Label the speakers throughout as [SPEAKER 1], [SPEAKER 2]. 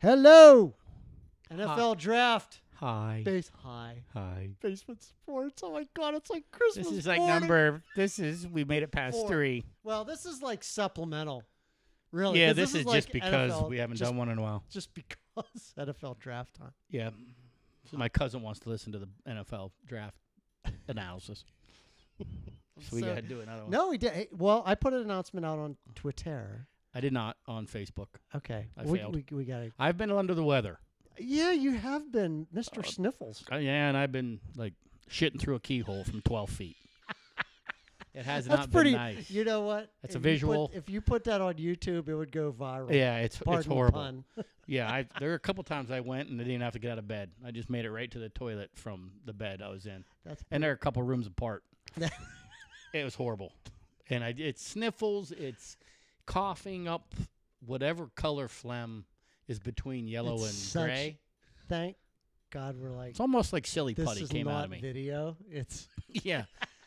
[SPEAKER 1] Hello, NFL draft
[SPEAKER 2] Hi.
[SPEAKER 1] base high
[SPEAKER 2] Hi.
[SPEAKER 1] basement sports. Oh my god, it's like Christmas.
[SPEAKER 2] This is like
[SPEAKER 1] morning.
[SPEAKER 2] number. This is we made it past
[SPEAKER 1] Four.
[SPEAKER 2] three.
[SPEAKER 1] Well, this is like supplemental. Really?
[SPEAKER 2] yeah,
[SPEAKER 1] 'cause
[SPEAKER 2] this, is, just
[SPEAKER 1] like
[SPEAKER 2] because
[SPEAKER 1] NFL
[SPEAKER 2] we haven't
[SPEAKER 1] just,
[SPEAKER 2] done one in a while.
[SPEAKER 1] Just because NFL draft time.
[SPEAKER 2] Yeah, So my cousin wants to listen to the NFL draft analysis, so we
[SPEAKER 1] So-
[SPEAKER 2] gotta do another one.
[SPEAKER 1] No, we did. hey, Well, I put an announcement out on Twitter.
[SPEAKER 2] I did not on Facebook.
[SPEAKER 1] Okay,
[SPEAKER 2] I
[SPEAKER 1] we,
[SPEAKER 2] failed.
[SPEAKER 1] we we gotta.
[SPEAKER 2] I've been under the weather.
[SPEAKER 1] Yeah, you have been, Mister Sniffles.
[SPEAKER 2] Uh, yeah, and I've been like shitting through a keyhole from twelve feet. it has
[SPEAKER 1] That's
[SPEAKER 2] not
[SPEAKER 1] pretty.
[SPEAKER 2] been nice.
[SPEAKER 1] You know what? If
[SPEAKER 2] That's a
[SPEAKER 1] you put-
[SPEAKER 2] visual.
[SPEAKER 1] if you put that on YouTube, it would go viral.
[SPEAKER 2] yeah, it's
[SPEAKER 1] Pardon
[SPEAKER 2] it's
[SPEAKER 1] the
[SPEAKER 2] horrible.
[SPEAKER 1] pun.
[SPEAKER 2] Yeah, I, there were a couple times I went and I didn't have to get out of bed. I just made it right to the toilet from the bed I was in.
[SPEAKER 1] That's
[SPEAKER 2] and they're a couple rooms apart. it was horrible, and I it's sniffles, it's coughing up whatever color phlegm is between yellow
[SPEAKER 1] It's
[SPEAKER 2] and
[SPEAKER 1] such-
[SPEAKER 2] gray.
[SPEAKER 1] Thank God we're like.
[SPEAKER 2] It's almost like silly
[SPEAKER 1] This
[SPEAKER 2] putty
[SPEAKER 1] is
[SPEAKER 2] came
[SPEAKER 1] not
[SPEAKER 2] out of me.
[SPEAKER 1] video. It's
[SPEAKER 2] yeah,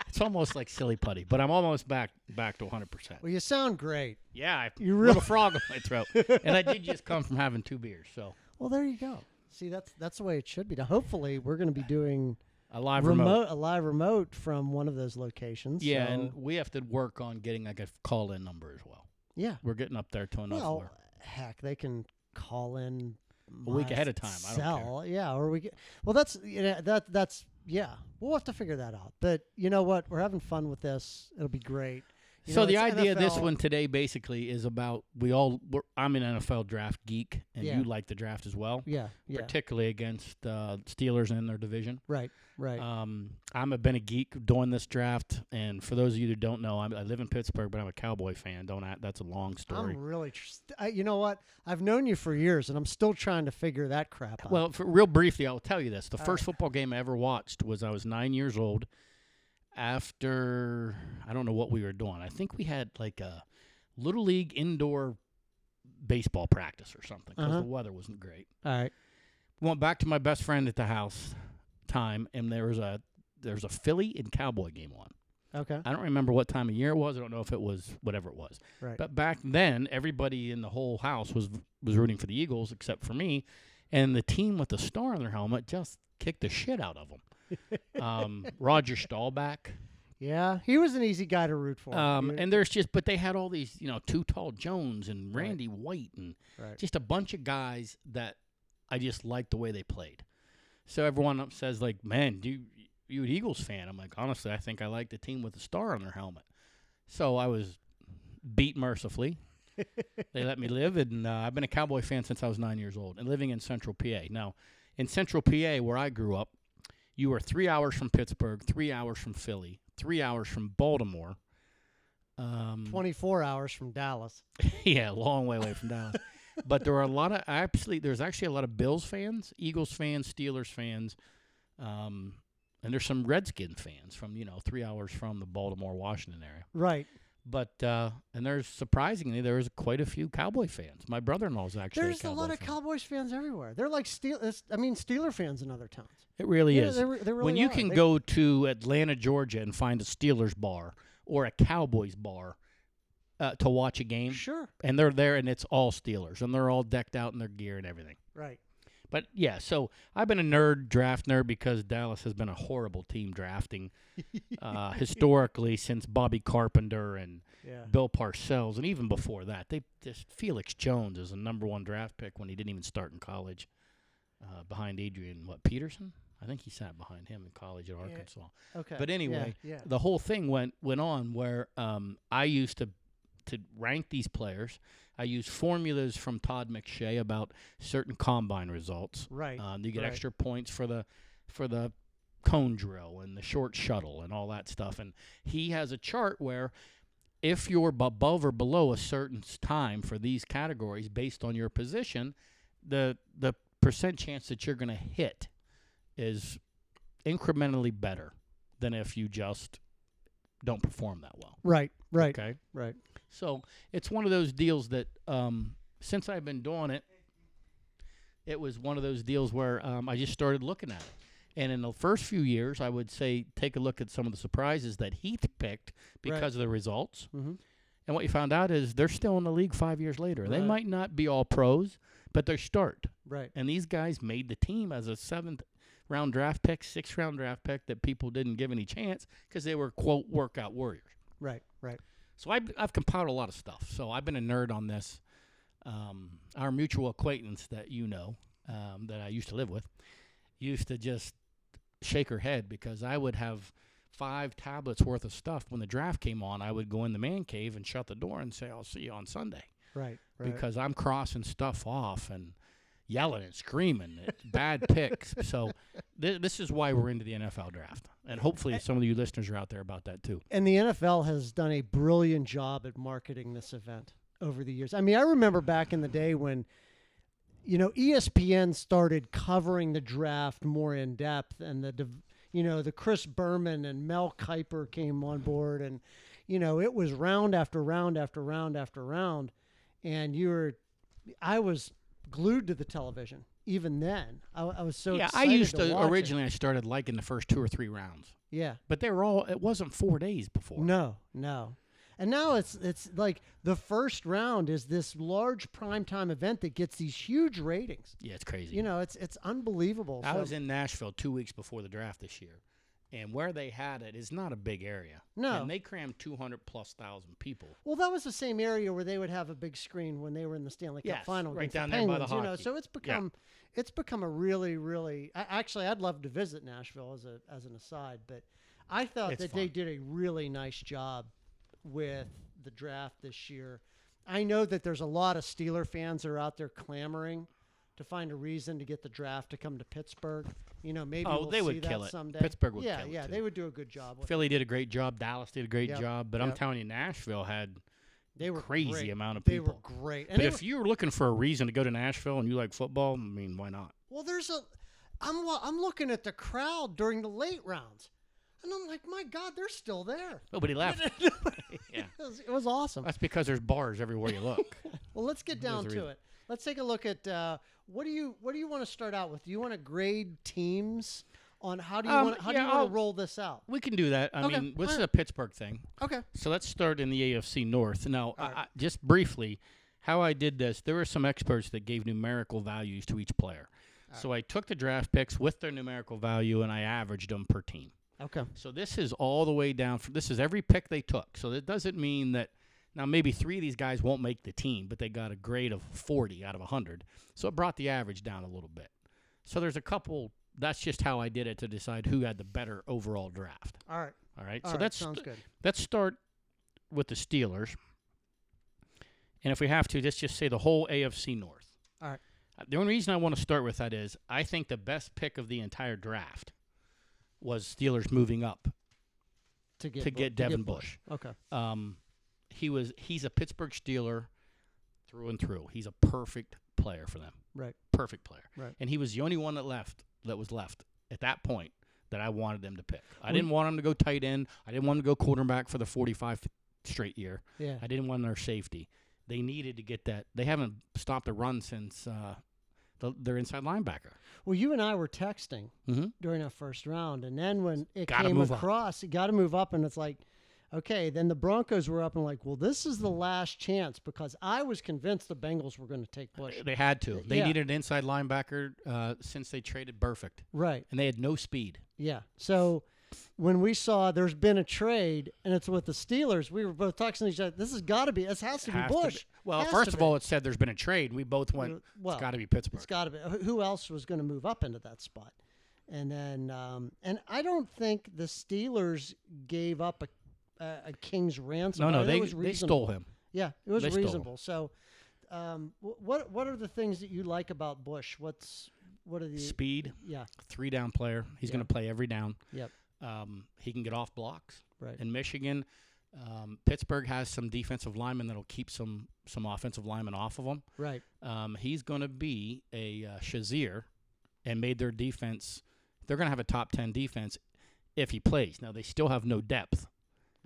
[SPEAKER 2] it's almost like silly putty, but I'm almost back back to 100. percent
[SPEAKER 1] well, you sound great.
[SPEAKER 2] Yeah, I
[SPEAKER 1] You
[SPEAKER 2] put
[SPEAKER 1] really-
[SPEAKER 2] a frog in my throat, and I did just come from having two beers, so
[SPEAKER 1] Well, there you go. See, that's that's the way it should be. Now, hopefully, we're going to be doing
[SPEAKER 2] a live
[SPEAKER 1] remote,
[SPEAKER 2] remote.
[SPEAKER 1] a live remote from one of those locations.
[SPEAKER 2] Yeah,
[SPEAKER 1] so-
[SPEAKER 2] and we have to work on getting like a call in number as well.
[SPEAKER 1] yeah.
[SPEAKER 2] We're getting up there to enough.
[SPEAKER 1] Well,
[SPEAKER 2] where-
[SPEAKER 1] heck, they can call in
[SPEAKER 2] A week
[SPEAKER 1] my
[SPEAKER 2] ahead of time, I don't care.
[SPEAKER 1] Cell, yeah, or we get. Well, that's you know, that that's yeah. We'll have to figure that out. But you know what? We're having fun with this. It'll be great. You
[SPEAKER 2] so
[SPEAKER 1] know,
[SPEAKER 2] the
[SPEAKER 1] it's
[SPEAKER 2] idea of this
[SPEAKER 1] NFL
[SPEAKER 2] one today basically is about we all we're, I'm an NFL draft geek and
[SPEAKER 1] Yeah.
[SPEAKER 2] you like the draft as well,
[SPEAKER 1] Yeah, yeah.
[SPEAKER 2] particularly against uh, Steelers in their division.
[SPEAKER 1] right, right.
[SPEAKER 2] Um, I'm a been a geek doing this draft, and for those of you that don't know, I'm, I live in Pittsburgh, but I'm a Cowboy fan. Don't act, that's a long story.
[SPEAKER 1] I'm really. Tr- st- I, you know what? I've known you for years, and I'm still trying to figure that crap out.
[SPEAKER 2] Well, for real briefly, I'll tell you this: the
[SPEAKER 1] All
[SPEAKER 2] first football game I ever watched was I was nine years old. After I don't know what we were doing. I think we had like a little league indoor baseball practice or something because
[SPEAKER 1] Uh-huh.
[SPEAKER 2] the weather wasn't great.
[SPEAKER 1] all right.
[SPEAKER 2] Went back to my best friend at the house time, and there was a there's a Philly and Cowboy game on.
[SPEAKER 1] Okay.
[SPEAKER 2] I don't remember what time of year it was. I don't know if it was whatever it was.
[SPEAKER 1] Right.
[SPEAKER 2] But back then, everybody in the whole house was was rooting for the Eagles except for me, and the team with the star on their helmet just kicked the shit out of them. um, Roger Staubach,
[SPEAKER 1] Yeah, he was an easy guy to root for.
[SPEAKER 2] um,
[SPEAKER 1] You-
[SPEAKER 2] and there's just but they had all these you know Too Tall Jones and
[SPEAKER 1] Right.
[SPEAKER 2] Randy White and
[SPEAKER 1] Right.
[SPEAKER 2] just a bunch of guys that I just liked the way they played. So everyone up says like, "Man, do you you an Eagles fan?" I'm like, honestly, I think I like the team with the star on their helmet. So I was beat mercifully. they let me live, and uh, I've been a Cowboy fan since I was nine years old, and living in Central PA. Now, in Central PA, where I grew up, you were three hours from Pittsburgh, three hours from Philly, three hours from Baltimore. Um,
[SPEAKER 1] 24 hours from Dallas.
[SPEAKER 2] yeah, a long way away from Dallas. but there are a lot of actually there's actually a lot of Bills fans, Eagles fans, Steelers fans, um, and there's some Redskin fans from you know three hours from the Baltimore Washington area.
[SPEAKER 1] Right.
[SPEAKER 2] But uh, and there's surprisingly there is quite a few Cowboy fans. My brother-in-law's actually
[SPEAKER 1] There's a
[SPEAKER 2] a,
[SPEAKER 1] lot of
[SPEAKER 2] Cowboy. fan.
[SPEAKER 1] Cowboys fans everywhere. They're like Steel. it's- I mean, Steeler fans in other towns.
[SPEAKER 2] It really
[SPEAKER 1] Yeah,
[SPEAKER 2] is.
[SPEAKER 1] they re- they
[SPEAKER 2] when
[SPEAKER 1] really
[SPEAKER 2] you
[SPEAKER 1] are.
[SPEAKER 2] can
[SPEAKER 1] They-
[SPEAKER 2] go to Atlanta, Georgia, and find a Steelers bar or a Cowboys bar uh, to watch a game,
[SPEAKER 1] Sure.
[SPEAKER 2] and they're there and it's all Steelers and they're all decked out in their gear and everything.
[SPEAKER 1] Right.
[SPEAKER 2] But yeah, so I've been a nerd draft nerd because Dallas has been a horrible team drafting uh, historically since Bobby Carpenter and
[SPEAKER 1] Yeah.
[SPEAKER 2] Bill Parcells, and even before that, they just Felix Jones is a number one draft pick when he didn't even start in college, uh, behind Adrian what Peterson. I think he sat behind him in college at Arkansas.
[SPEAKER 1] Okay.
[SPEAKER 2] But
[SPEAKER 1] Yeah,
[SPEAKER 2] anyway,
[SPEAKER 1] Yeah.
[SPEAKER 2] The whole thing went went on where um, I used to to rank these players. I used formulas from Todd McShay about certain combine results.
[SPEAKER 1] Right.
[SPEAKER 2] Um, you get
[SPEAKER 1] Right.
[SPEAKER 2] extra points for the for the cone drill and the short shuttle and all that stuff. And he has a chart where if you're b- above or below a certain s- time for these categories based on your position, the the percent chance that you're going to hit is incrementally better than if you just don't perform that well.
[SPEAKER 1] right. Right.
[SPEAKER 2] Okay.
[SPEAKER 1] Right.
[SPEAKER 2] So it's one of those deals that um, since I've been doing it, it was one of those deals where um, I just started looking at it. And in the first few years, I would say take a look at some of the surprises that Heath picked because
[SPEAKER 1] Right.
[SPEAKER 2] of the results.
[SPEAKER 1] Mhm.
[SPEAKER 2] And what you found out is they're still in the league five years later. They
[SPEAKER 1] Right.
[SPEAKER 2] might not be all pros, but they start.
[SPEAKER 1] Right.
[SPEAKER 2] And these guys made the team as a seventh round draft pick, sixth round draft pick that people didn't give any chance because they were, quote, workout warriors.
[SPEAKER 1] Right. Right.
[SPEAKER 2] So I've, I've compiled a lot of stuff. So I've been a nerd on this. Um, our mutual acquaintance that you know, um, that I used to live with, used to just shake her head because I would have five tablets worth of stuff when the draft came on. I would go in the man cave and shut the door and say, I'll see you on Sunday
[SPEAKER 1] Right. Right.
[SPEAKER 2] because I'm crossing stuff off and yelling and screaming at bad picks. So th- this is why we're into the NFL draft, and hopefully some of you listeners are out there about that too.
[SPEAKER 1] and the NFL has done a brilliant job at marketing this event over the years. I mean, I remember back in the day when you know E ESPN started covering the draft more in depth, and the div- you know the Chris Berman and Mel Kiper came on board, and you know it was round after round after round after round, and you were, I was glued to the television even then. I, I was so
[SPEAKER 2] yeah, I
[SPEAKER 1] excited
[SPEAKER 2] used to,
[SPEAKER 1] watch it.
[SPEAKER 2] originally I started liking the first two or three rounds,
[SPEAKER 1] yeah.
[SPEAKER 2] but they were all it wasn't four days before.
[SPEAKER 1] No, no. And now it's it's like the first round is this large primetime event that gets these huge ratings.
[SPEAKER 2] Yeah, it's crazy.
[SPEAKER 1] You know, it's it's unbelievable.
[SPEAKER 2] I
[SPEAKER 1] So-
[SPEAKER 2] was in Nashville two weeks before the draft this year, and where they had it is not a big area.
[SPEAKER 1] No.
[SPEAKER 2] and they crammed two hundred plus thousand people.
[SPEAKER 1] well, that was the same area where they would have a big screen when they were in the Stanley Cup
[SPEAKER 2] Yes,
[SPEAKER 1] final,
[SPEAKER 2] right
[SPEAKER 1] against
[SPEAKER 2] down
[SPEAKER 1] the
[SPEAKER 2] there by
[SPEAKER 1] Penguins,
[SPEAKER 2] the
[SPEAKER 1] you know.
[SPEAKER 2] hockey.
[SPEAKER 1] So it's become it's become a really, really. I, actually, I'd love to visit Nashville as a as an aside, but I thought
[SPEAKER 2] It's
[SPEAKER 1] that they
[SPEAKER 2] fun.
[SPEAKER 1] did a really nice job with the draft this year. I know that there's a lot of Steeler fans that are out there clamoring to find a reason to get the draft to come to Pittsburgh. You know, maybe
[SPEAKER 2] Oh,
[SPEAKER 1] we'll
[SPEAKER 2] they
[SPEAKER 1] see
[SPEAKER 2] would
[SPEAKER 1] that
[SPEAKER 2] kill it.
[SPEAKER 1] someday.
[SPEAKER 2] Pittsburgh would
[SPEAKER 1] yeah,
[SPEAKER 2] kill it,
[SPEAKER 1] yeah,
[SPEAKER 2] too.
[SPEAKER 1] they would do a good job. With it.
[SPEAKER 2] Philly did a great job. Dallas did a great
[SPEAKER 1] Yep,
[SPEAKER 2] job, but I'm
[SPEAKER 1] yep.
[SPEAKER 2] telling you, Nashville had
[SPEAKER 1] They were
[SPEAKER 2] crazy
[SPEAKER 1] great.
[SPEAKER 2] amount of
[SPEAKER 1] They
[SPEAKER 2] people.
[SPEAKER 1] were great. And
[SPEAKER 2] But
[SPEAKER 1] they
[SPEAKER 2] if you were looking for a reason to go to Nashville and you like football, I mean, why not?
[SPEAKER 1] Well, there's a. I'm wa- I'm looking at the crowd during the late rounds, and I'm like, my God, they're still there.
[SPEAKER 2] Nobody left. yeah.
[SPEAKER 1] It was, it was awesome.
[SPEAKER 2] That's because there's bars everywhere you look.
[SPEAKER 1] Well, let's get down
[SPEAKER 2] There's a
[SPEAKER 1] to
[SPEAKER 2] reason.
[SPEAKER 1] it. Let's take a look at uh, what do you what do you want to start out with? Do you want to grade teams on how do you
[SPEAKER 2] Um,
[SPEAKER 1] want how
[SPEAKER 2] yeah,
[SPEAKER 1] do you want
[SPEAKER 2] I'll-
[SPEAKER 1] to roll this out?
[SPEAKER 2] we can do that. I
[SPEAKER 1] Okay,
[SPEAKER 2] mean, this is
[SPEAKER 1] alright.
[SPEAKER 2] a Pittsburgh thing.
[SPEAKER 1] Okay.
[SPEAKER 2] So let's start in the AFC North. Now, I,
[SPEAKER 1] Alright.
[SPEAKER 2] I, just briefly, how I did this, there were some experts that gave numerical values to each player. So I took the draft picks with their numerical value and I averaged them per team.
[SPEAKER 1] Okay.
[SPEAKER 2] So this is all the way down. From, this is every pick they took. So that doesn't mean that now maybe three of these guys won't make the team, but they got a grade of 40 out of 100. So it brought the average down a little bit. So there's a couple. That's just how I did it to decide who had the better overall draft.
[SPEAKER 1] All right.
[SPEAKER 2] All right.
[SPEAKER 1] All
[SPEAKER 2] so
[SPEAKER 1] right,
[SPEAKER 2] that's
[SPEAKER 1] sounds good.
[SPEAKER 2] let's start with the Steelers. And if we have to, let's just say the whole AFC North.
[SPEAKER 1] All right.
[SPEAKER 2] Uh, The only reason I want to start with that is I think the best pick of the entire draft was Steelers moving up
[SPEAKER 1] To get
[SPEAKER 2] to
[SPEAKER 1] Bu-
[SPEAKER 2] get Devin Bush.
[SPEAKER 1] Okay.
[SPEAKER 2] Um, he was he's a Pittsburgh Steeler through and through. He's a perfect player for them.
[SPEAKER 1] Right.
[SPEAKER 2] Perfect player.
[SPEAKER 1] Right.
[SPEAKER 2] And he was the only one that left that was left at that point that I wanted them to pick. I
[SPEAKER 1] Well,
[SPEAKER 2] didn't want him to go tight end. I didn't want him to go quarterback for the 45 straight year.
[SPEAKER 1] Yeah.
[SPEAKER 2] I didn't want their safety. They needed to get that. They haven't stopped a run since uh, the, their inside linebacker.
[SPEAKER 1] Well, you and I were texting
[SPEAKER 2] Mm-hmm.
[SPEAKER 1] during our first round, and then when it
[SPEAKER 2] Gotta
[SPEAKER 1] came
[SPEAKER 2] move up.
[SPEAKER 1] across, you got to move up, and it's like, okay. Then the Broncos were up, and like, well, this is the last chance because I was convinced the Bengals were going to take Bush.
[SPEAKER 2] They had to. They
[SPEAKER 1] Yeah.
[SPEAKER 2] needed an inside linebacker uh, since they traded Perfect,
[SPEAKER 1] Right.
[SPEAKER 2] and they had no speed.
[SPEAKER 1] Yeah. So when we saw there's been a trade and it's with the Steelers, we were both talking to each other. This has got to be. This has to be
[SPEAKER 2] Has to be-
[SPEAKER 1] Bush.
[SPEAKER 2] Well,
[SPEAKER 1] Has to
[SPEAKER 2] first of
[SPEAKER 1] be.
[SPEAKER 2] all, it said there's been a trade. We both went.
[SPEAKER 1] Well,
[SPEAKER 2] it's got to be Pittsburgh.
[SPEAKER 1] It's got to be. Who- Who else was going to move up into that spot? And then, um, and I don't think the Steelers gave up a a, a king's ransom.
[SPEAKER 2] no,
[SPEAKER 1] I
[SPEAKER 2] no,
[SPEAKER 1] think it
[SPEAKER 2] they
[SPEAKER 1] was
[SPEAKER 2] they
[SPEAKER 1] reasonable.
[SPEAKER 2] stole him.
[SPEAKER 1] Yeah, it was
[SPEAKER 2] they stole him.
[SPEAKER 1] reasonable. So, um, wh- what what are the things that you like about Bush? What's what are the
[SPEAKER 2] Speed,
[SPEAKER 1] yeah
[SPEAKER 2] three down player. He's
[SPEAKER 1] Yeah.
[SPEAKER 2] going to play every down.
[SPEAKER 1] Yep.
[SPEAKER 2] Um, he can get off blocks.
[SPEAKER 1] right
[SPEAKER 2] in Michigan. Um, Pittsburgh has some defensive linemen that'll keep some some offensive linemen off of him.
[SPEAKER 1] right
[SPEAKER 2] Um, he's going to be a uh, Shazier, and made their defense. They're going to have a top ten defense if he plays. Now they still have no depth,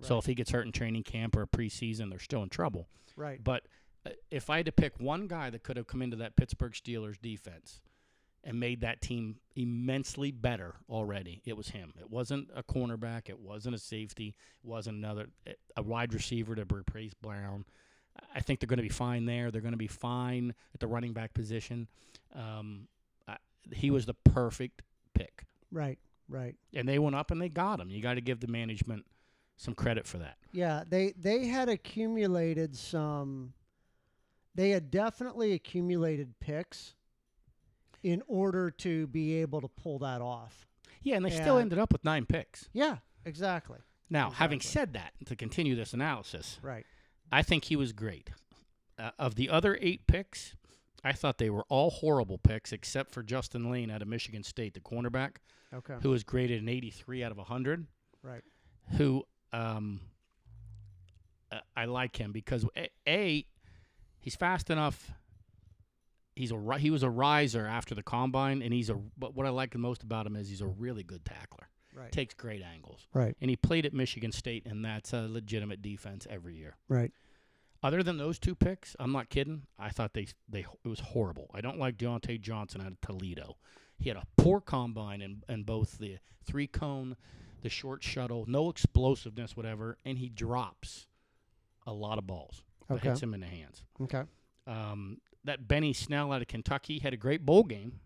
[SPEAKER 2] so
[SPEAKER 1] Right.
[SPEAKER 2] if he gets hurt in training camp or preseason, they're still in trouble.
[SPEAKER 1] right
[SPEAKER 2] But uh, if I had to pick one guy that could have come into that Pittsburgh Steelers defense and made that team immensely better already, it was him. It wasn't a cornerback. It wasn't a safety. It wasn't another a wide receiver to replace Brown. I think they're going to be fine there. They're going to be fine at the running back position. Um, I, he was the perfect pick,
[SPEAKER 1] Right. Right.
[SPEAKER 2] and they went up and they got him. You got to give the management some credit for that.
[SPEAKER 1] Yeah. They they had accumulated some. They had definitely accumulated picks in order to be able to pull that off.
[SPEAKER 2] Yeah, and they still
[SPEAKER 1] And-
[SPEAKER 2] ended up with nine picks.
[SPEAKER 1] Yeah. Exactly.
[SPEAKER 2] Now, having
[SPEAKER 1] Exactly.
[SPEAKER 2] said that, to continue this analysis,
[SPEAKER 1] Right.
[SPEAKER 2] I think he was great. Uh, of the other eight picks, I thought they were all horrible picks except for Justin Lane out of Michigan State, the cornerback,
[SPEAKER 1] Okay.
[SPEAKER 2] who was graded an 83 out of 100.
[SPEAKER 1] Right.
[SPEAKER 2] Who um, uh, I like him because a, a he's fast enough. He's a ri- he was a riser after the combine, and he's a. But what I like the most about him is he's a really good tackler.
[SPEAKER 1] Right.
[SPEAKER 2] Takes great angles,
[SPEAKER 1] Right.
[SPEAKER 2] and he played at Michigan State, and that's a legitimate defense every year
[SPEAKER 1] Right.
[SPEAKER 2] other than those two picks, I'm not kidding. I thought they they it was horrible. I don't like Deontay Johnson out of Toledo. He had a poor combine in, in both the three cone, the short shuttle, no explosiveness, whatever, and he drops a lot of balls. That
[SPEAKER 1] Okay.
[SPEAKER 2] hits him in the hands.
[SPEAKER 1] Okay.
[SPEAKER 2] Um, that Benny Snell out of Kentucky had a great bowl game.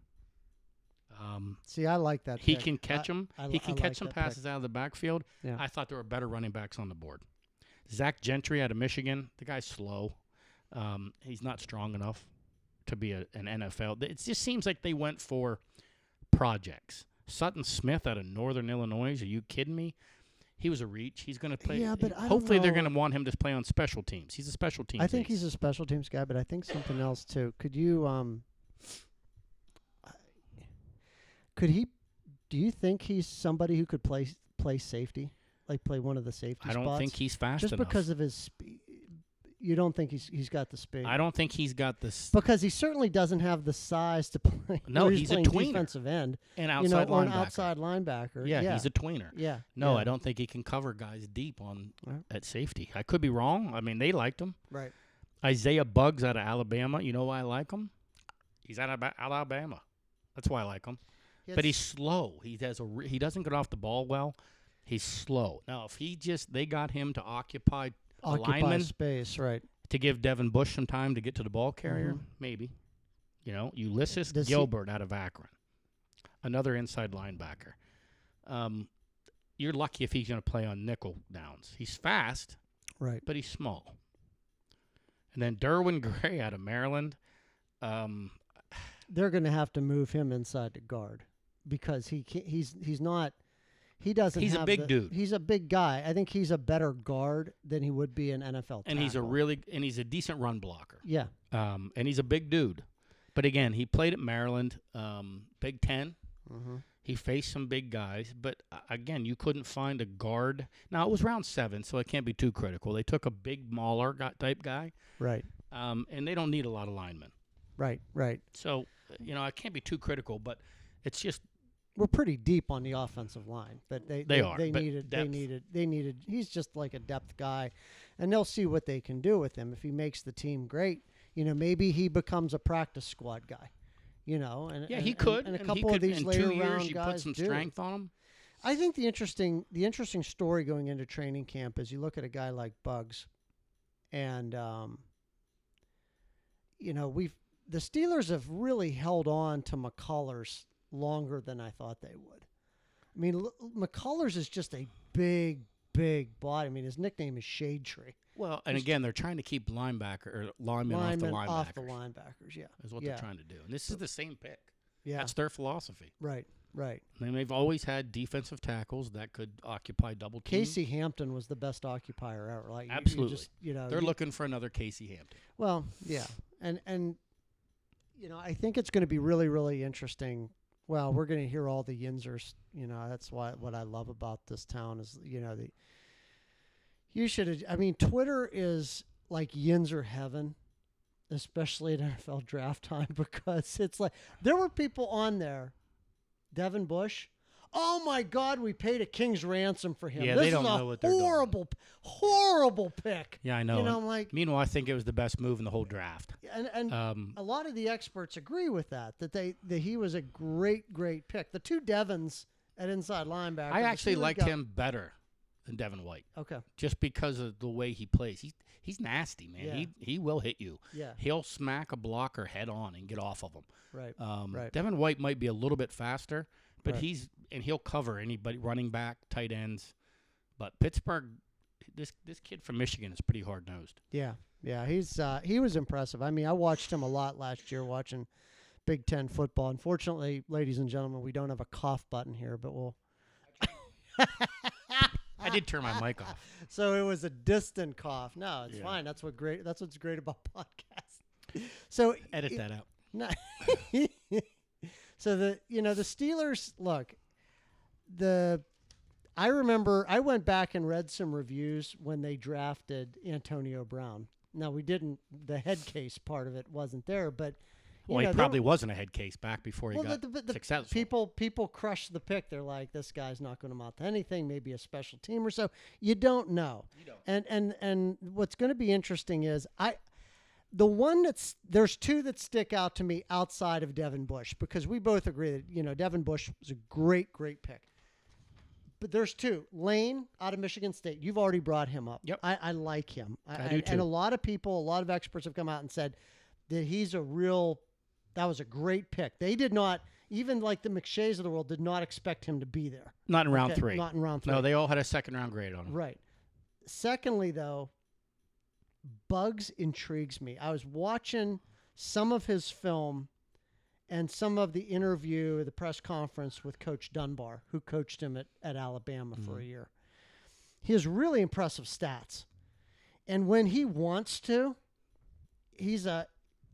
[SPEAKER 2] Um,
[SPEAKER 1] See, I like that.
[SPEAKER 2] he
[SPEAKER 1] pick.
[SPEAKER 2] can catch
[SPEAKER 1] I-
[SPEAKER 2] them.
[SPEAKER 1] I li-
[SPEAKER 2] he
[SPEAKER 1] I
[SPEAKER 2] can
[SPEAKER 1] like
[SPEAKER 2] catch some
[SPEAKER 1] that pick.
[SPEAKER 2] passes out of the backfield.
[SPEAKER 1] Yeah.
[SPEAKER 2] I thought there were better running backs on the board. Zach Gentry out of Michigan. The guy's slow. Um, he's not strong enough to be a, an NFL. It just seems like they went for projects. Sutton Smith out of Northern Illinois. Are you kidding me? He was a reach. He's going to play.
[SPEAKER 1] Yeah, but I don't
[SPEAKER 2] hopefully they're
[SPEAKER 1] know.
[SPEAKER 2] going to want him to play on special teams. He's a special teams.
[SPEAKER 1] I think
[SPEAKER 2] ace.
[SPEAKER 1] he's a special teams guy, but I think something else too. Could you um I- could he do you think he's somebody who could play play safety? Like play one of the safety
[SPEAKER 2] I don't
[SPEAKER 1] spots?
[SPEAKER 2] think he's fast
[SPEAKER 1] just
[SPEAKER 2] enough.
[SPEAKER 1] because of his speed. You don't think he's he's got the speed.
[SPEAKER 2] I don't think he's got this.
[SPEAKER 1] because he certainly doesn't have the size to play.
[SPEAKER 2] No,
[SPEAKER 1] where
[SPEAKER 2] he's a
[SPEAKER 1] playing
[SPEAKER 2] tweener.
[SPEAKER 1] defensive end,
[SPEAKER 2] An
[SPEAKER 1] you know,
[SPEAKER 2] outside
[SPEAKER 1] or an
[SPEAKER 2] linebacker.
[SPEAKER 1] outside linebacker.
[SPEAKER 2] yeah,
[SPEAKER 1] yeah,
[SPEAKER 2] he's a tweener.
[SPEAKER 1] yeah.
[SPEAKER 2] No,
[SPEAKER 1] yeah.
[SPEAKER 2] I don't think he can cover guys deep on
[SPEAKER 1] Right.
[SPEAKER 2] at safety. I could be wrong. I mean, they liked him.
[SPEAKER 1] Right.
[SPEAKER 2] Isaiah Bugs out of Alabama. You know why I like him? He's out of Ba- Alabama. That's why I like him.
[SPEAKER 1] He
[SPEAKER 2] But
[SPEAKER 1] had
[SPEAKER 2] he's slow. He has a re- he doesn't get off the ball well. He's slow. Now, if he just they got him to occupy a
[SPEAKER 1] occupy
[SPEAKER 2] lineman
[SPEAKER 1] space, right?
[SPEAKER 2] to give Devin Bush some time to get to the ball carrier,
[SPEAKER 1] Mhm.
[SPEAKER 2] maybe. You know, Ulysses
[SPEAKER 1] Does he-
[SPEAKER 2] Gilbert out of Akron, another inside linebacker. Um, you're lucky if he's going to play on nickel downs. He's fast,
[SPEAKER 1] Right.
[SPEAKER 2] but he's small. And then Derwin Gray out of Maryland. Um,
[SPEAKER 1] They're going to have to move him inside to guard because he can't, he's he's not he doesn't
[SPEAKER 2] He's a
[SPEAKER 1] have
[SPEAKER 2] big
[SPEAKER 1] the-
[SPEAKER 2] dude.
[SPEAKER 1] He's a big guy. I think he's a better guard than he would be an NFL
[SPEAKER 2] and he's a
[SPEAKER 1] tackle.
[SPEAKER 2] really and he's a decent run blocker.
[SPEAKER 1] Yeah.
[SPEAKER 2] Um, and he's a big dude. But again, he played at Maryland, um, Big Ten.
[SPEAKER 1] Mm-hmm.
[SPEAKER 2] He faced some big guys, but uh, again, you couldn't find a guard. Now it was round seven, so it can't be too critical. They took a big mauler gu- type guy,
[SPEAKER 1] Right.
[SPEAKER 2] um, and they don't need a lot of linemen.
[SPEAKER 1] Right. Right.
[SPEAKER 2] So uh, you know, I can't be too critical, but it's just
[SPEAKER 1] We're pretty deep on the offensive line, but they
[SPEAKER 2] They are,
[SPEAKER 1] they
[SPEAKER 2] but
[SPEAKER 1] needed they
[SPEAKER 2] depth.
[SPEAKER 1] needed they needed he's just like a depth guy, and they'll see what they can do with him if he makes the team great. You know, maybe he becomes a practice squad guy. You know, and
[SPEAKER 2] yeah,
[SPEAKER 1] and-
[SPEAKER 2] he
[SPEAKER 1] and-
[SPEAKER 2] could,
[SPEAKER 1] and, a
[SPEAKER 2] he
[SPEAKER 1] couple
[SPEAKER 2] could,
[SPEAKER 1] of these
[SPEAKER 2] in
[SPEAKER 1] later
[SPEAKER 2] two years,
[SPEAKER 1] round
[SPEAKER 2] you
[SPEAKER 1] guys
[SPEAKER 2] put some
[SPEAKER 1] do.
[SPEAKER 2] strength on him.
[SPEAKER 1] I think the interesting the interesting story going into training camp is you look at a guy like Bugs, and um, you know we've the Steelers have really held on to McCullers longer than I thought they would. I mean, l- McCullers is just a big, big body. I mean, his nickname is Shade Tree.
[SPEAKER 2] Well, and
[SPEAKER 1] Just-
[SPEAKER 2] again, they're trying to keep linebacker or linemen
[SPEAKER 1] Lineman
[SPEAKER 2] off the linebacker.
[SPEAKER 1] linebackers. Yeah,
[SPEAKER 2] Is what
[SPEAKER 1] Yeah.
[SPEAKER 2] they're trying to do, and this is the same pick.
[SPEAKER 1] yeah,
[SPEAKER 2] That's Mm-hmm. their philosophy.
[SPEAKER 1] right, right.
[SPEAKER 2] And they've always had defensive tackles that could occupy double team.
[SPEAKER 1] Casey Hampton was the best occupier ever. Like you- you
[SPEAKER 2] Absolutely.
[SPEAKER 1] just, you know,
[SPEAKER 2] They're
[SPEAKER 1] uh, you-
[SPEAKER 2] looking for another Casey Hampton.
[SPEAKER 1] Well, yeah, and and you know, I think it's going to be really, really interesting. Well, we're going to hear all the yinzers. You know, that's why what I love about this town is you know the. You should. I mean, Twitter is like yinzer heaven, especially at NFL draft time because it's like there were people on there, Devin Bush. Oh my God! We paid a king's ransom for him.
[SPEAKER 2] Yeah,
[SPEAKER 1] this
[SPEAKER 2] they don't
[SPEAKER 1] is a
[SPEAKER 2] know what they're doing.
[SPEAKER 1] horrible, horrible pick.
[SPEAKER 2] Yeah, I know.
[SPEAKER 1] You know, Mm.
[SPEAKER 2] And
[SPEAKER 1] I'm like,
[SPEAKER 2] Meanwhile, I think it was the best move in the whole draft.
[SPEAKER 1] and and
[SPEAKER 2] Um,
[SPEAKER 1] a lot of the experts agree with that that they that he was a great great pick the two devons at inside linebacker
[SPEAKER 2] I
[SPEAKER 1] the
[SPEAKER 2] actually
[SPEAKER 1] Steelers
[SPEAKER 2] liked
[SPEAKER 1] got-
[SPEAKER 2] him better than Devin White
[SPEAKER 1] Okay.
[SPEAKER 2] just because of the way he plays. He's he's nasty, man.
[SPEAKER 1] Yeah.
[SPEAKER 2] He he will hit you.
[SPEAKER 1] Yeah.
[SPEAKER 2] He'll smack a blocker head on and get off of him.
[SPEAKER 1] Right.
[SPEAKER 2] Um,
[SPEAKER 1] Right.
[SPEAKER 2] Devin White might be a little bit faster, but
[SPEAKER 1] Right.
[SPEAKER 2] he's and he'll cover anybody running back, tight ends. But Pittsburgh, this this kid from Michigan is pretty hard nosed.
[SPEAKER 1] Yeah. Yeah. He's uh, he was impressive. I mean, I watched him a lot last year watching Big Ten football. Unfortunately, ladies and gentlemen, we don't have a cough button here, but we'll.
[SPEAKER 2] I did turn my mic off.
[SPEAKER 1] So it was a distant cough. No, it's
[SPEAKER 2] Yeah.
[SPEAKER 1] fine. That's what great. That's what's great about podcasts. So
[SPEAKER 2] Edit
[SPEAKER 1] it-
[SPEAKER 2] that out.
[SPEAKER 1] No. so the you know the Steelers look the I remember I went back and read some reviews when they drafted Antonio Brown. Now we didn't the head case part of it wasn't there, but you
[SPEAKER 2] Well,
[SPEAKER 1] know,
[SPEAKER 2] he
[SPEAKER 1] they
[SPEAKER 2] probably wasn't a head case back before he
[SPEAKER 1] well,
[SPEAKER 2] got
[SPEAKER 1] the, the, the
[SPEAKER 2] successful.
[SPEAKER 1] people people crush the pick. They're like, this guy's not going to amount to anything. Maybe a special team or so. You don't know. You
[SPEAKER 2] don't.
[SPEAKER 1] And and and what's going to be interesting is I, the one that's there's two that stick out to me outside of Devin Bush because we both agree that you know Devin Bush was a great great pick. But there's two Lane out of Michigan State. You've already brought him up.
[SPEAKER 2] Yep.
[SPEAKER 1] I, I like him.
[SPEAKER 2] I
[SPEAKER 1] and,
[SPEAKER 2] do
[SPEAKER 1] and a
[SPEAKER 2] too.
[SPEAKER 1] lot of people, a lot of experts have come out and said that he's a real that was a great pick. They did not, even like the McShays of the world, did not expect him to be there.
[SPEAKER 2] not in round
[SPEAKER 1] Okay,
[SPEAKER 2] three.
[SPEAKER 1] Not in round three.
[SPEAKER 2] no, they all had a second round grade on him.
[SPEAKER 1] right. Secondly, though, Bugs intrigues me. I was watching some of his film and some of the interview, the press conference with Coach Dunbar, who coached him at, at Alabama for
[SPEAKER 2] Mm-hmm.
[SPEAKER 1] a year. He has really impressive stats. And when he wants to, he's a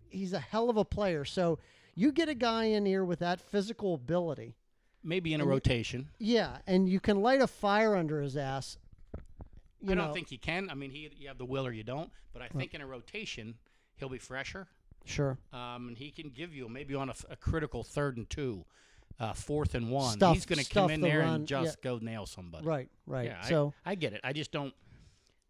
[SPEAKER 1] he's a hell of a player. So you get a guy in here with that physical ability.
[SPEAKER 2] Maybe in a rotation.
[SPEAKER 1] Yeah, and you can light a fire under his ass. You
[SPEAKER 2] I don't
[SPEAKER 1] know,
[SPEAKER 2] think he can. I mean, he you have the will or you don't. But I think in a rotation, he'll be fresher,
[SPEAKER 1] sure.
[SPEAKER 2] um, and he can give you maybe on a, f- a critical third and two, uh, fourth and one.
[SPEAKER 1] Stuff-
[SPEAKER 2] He's going to
[SPEAKER 1] stuff
[SPEAKER 2] come in
[SPEAKER 1] the
[SPEAKER 2] there
[SPEAKER 1] run,
[SPEAKER 2] and just go nail somebody.
[SPEAKER 1] Right, right.
[SPEAKER 2] Yeah,
[SPEAKER 1] so
[SPEAKER 2] I, I get it. I just don't.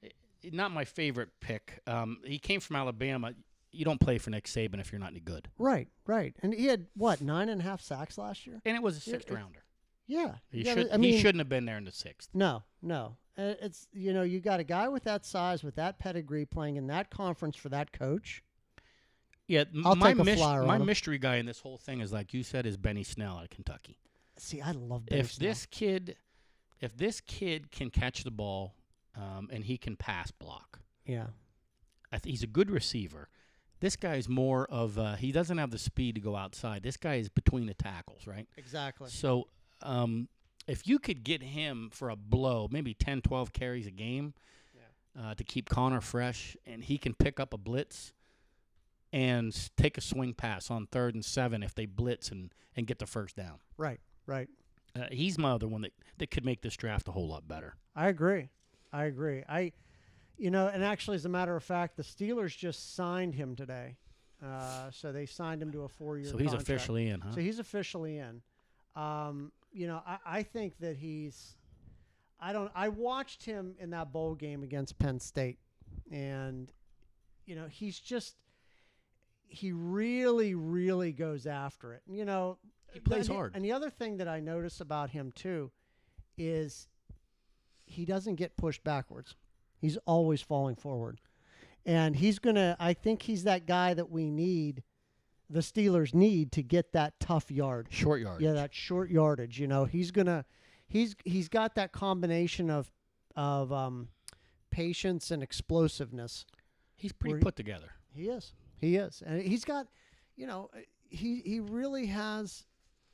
[SPEAKER 2] i- Not my favorite pick. Um, he came from Alabama. You don't play for Nick Saban if you're not any good.
[SPEAKER 1] right, right. And he had what nine and a half sacks last year.
[SPEAKER 2] And it was a sixth
[SPEAKER 1] it-
[SPEAKER 2] rounder.
[SPEAKER 1] Yeah,
[SPEAKER 2] He,
[SPEAKER 1] you gotta-
[SPEAKER 2] should,
[SPEAKER 1] I mean,
[SPEAKER 2] he shouldn't have been there in the sixth.
[SPEAKER 1] No, no. Uh, It's you know you got a guy with that size, with that pedigree, playing in that conference for that coach.
[SPEAKER 2] Yeah, m-
[SPEAKER 1] I'll
[SPEAKER 2] my,
[SPEAKER 1] take a
[SPEAKER 2] mys-
[SPEAKER 1] flyer
[SPEAKER 2] my
[SPEAKER 1] on him.
[SPEAKER 2] mystery guy in this whole thing is like you said is Benny Snell out of Kentucky.
[SPEAKER 1] See, I love Benny
[SPEAKER 2] if
[SPEAKER 1] Snell.
[SPEAKER 2] this kid if this kid can catch the ball um, and he can pass block
[SPEAKER 1] Yeah,
[SPEAKER 2] I th- he's a good receiver this guy's more of uh, he doesn't have the speed to go outside this guy is between the tackles right
[SPEAKER 1] exactly.
[SPEAKER 2] so um, if you could get him for a blow maybe 10 12 carries a game uh, to keep connor fresh and he can pick up a blitz and s- take a swing pass on third and seven if they blitz and, and get the first down
[SPEAKER 1] Right, right.
[SPEAKER 2] uh, he's my other one that, that could make this draft a whole lot better
[SPEAKER 1] I agree. I agree. I, you know, and actually, as a matter of fact, the Steelers just signed him today. Uh, so they signed him to a four-year.
[SPEAKER 2] So he's
[SPEAKER 1] contract.
[SPEAKER 2] officially in, huh?
[SPEAKER 1] So he's officially in. Um, you know, I, I think that he's. I don't. I watched him in that bowl game against Penn State, and you know he's just. He really, really goes after it. You know,
[SPEAKER 2] He plays
[SPEAKER 1] and the-
[SPEAKER 2] hard.
[SPEAKER 1] And the other thing that I notice about him too is he doesn't get pushed backwards. He's always falling forward. And he's going to I think he's that guy that we need the Steelers need to get that tough yard.
[SPEAKER 2] Short yard.
[SPEAKER 1] Yeah, that short yardage, you know. He's going to he's he's got that combination of of um patience and explosiveness.
[SPEAKER 2] He's pretty
[SPEAKER 1] Where-
[SPEAKER 2] put together.
[SPEAKER 1] He is. He is. And he's got, you know, uh, he he really has.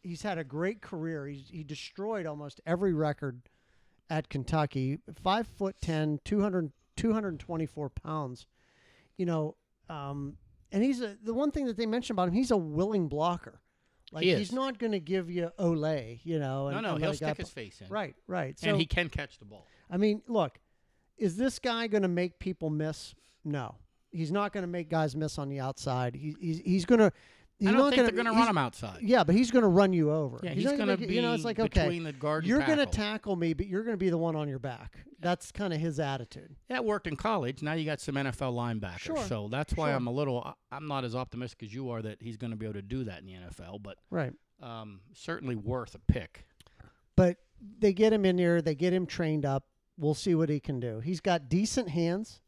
[SPEAKER 1] He's had a great career. He's he destroyed almost every record at Kentucky. Five foot ten, 200, 224 pounds. You know, um, and he's a, the one thing that they mentioned about him. He's a willing blocker. Like
[SPEAKER 2] He
[SPEAKER 1] he's
[SPEAKER 2] is.
[SPEAKER 1] not going to give you Olay. You know, and,
[SPEAKER 2] no, no,
[SPEAKER 1] and
[SPEAKER 2] he'll
[SPEAKER 1] let a guy
[SPEAKER 2] stick
[SPEAKER 1] pl-
[SPEAKER 2] his face in.
[SPEAKER 1] Right, right. So
[SPEAKER 2] and he can catch the ball.
[SPEAKER 1] I mean, look, is this guy going to make people miss? No, he's not going to make guys miss on the outside. He, he's he's going to. He's
[SPEAKER 2] I don't
[SPEAKER 1] not
[SPEAKER 2] think
[SPEAKER 1] gonna,
[SPEAKER 2] they're going to
[SPEAKER 1] he's-
[SPEAKER 2] run him outside.
[SPEAKER 1] Yeah, but he's going to run you over.
[SPEAKER 2] Yeah, he's,
[SPEAKER 1] not
[SPEAKER 2] going to
[SPEAKER 1] make
[SPEAKER 2] be
[SPEAKER 1] it- You know, it's like okay,
[SPEAKER 2] between the guard and
[SPEAKER 1] you're going to
[SPEAKER 2] tackle.
[SPEAKER 1] tackle me, but you're going to be the one on your back. That's kind of his attitude.
[SPEAKER 2] That worked in college. Now you got some NFL linebackers.
[SPEAKER 1] Sure,
[SPEAKER 2] So that's why
[SPEAKER 1] sure.
[SPEAKER 2] I'm a little, I- I'm not as optimistic as you are that he's going to be able to do that in the NFL, but
[SPEAKER 1] Right.
[SPEAKER 2] um, certainly worth a pick.
[SPEAKER 1] But they get him in there. They get him trained up. We'll see what he can do. He's got decent hands.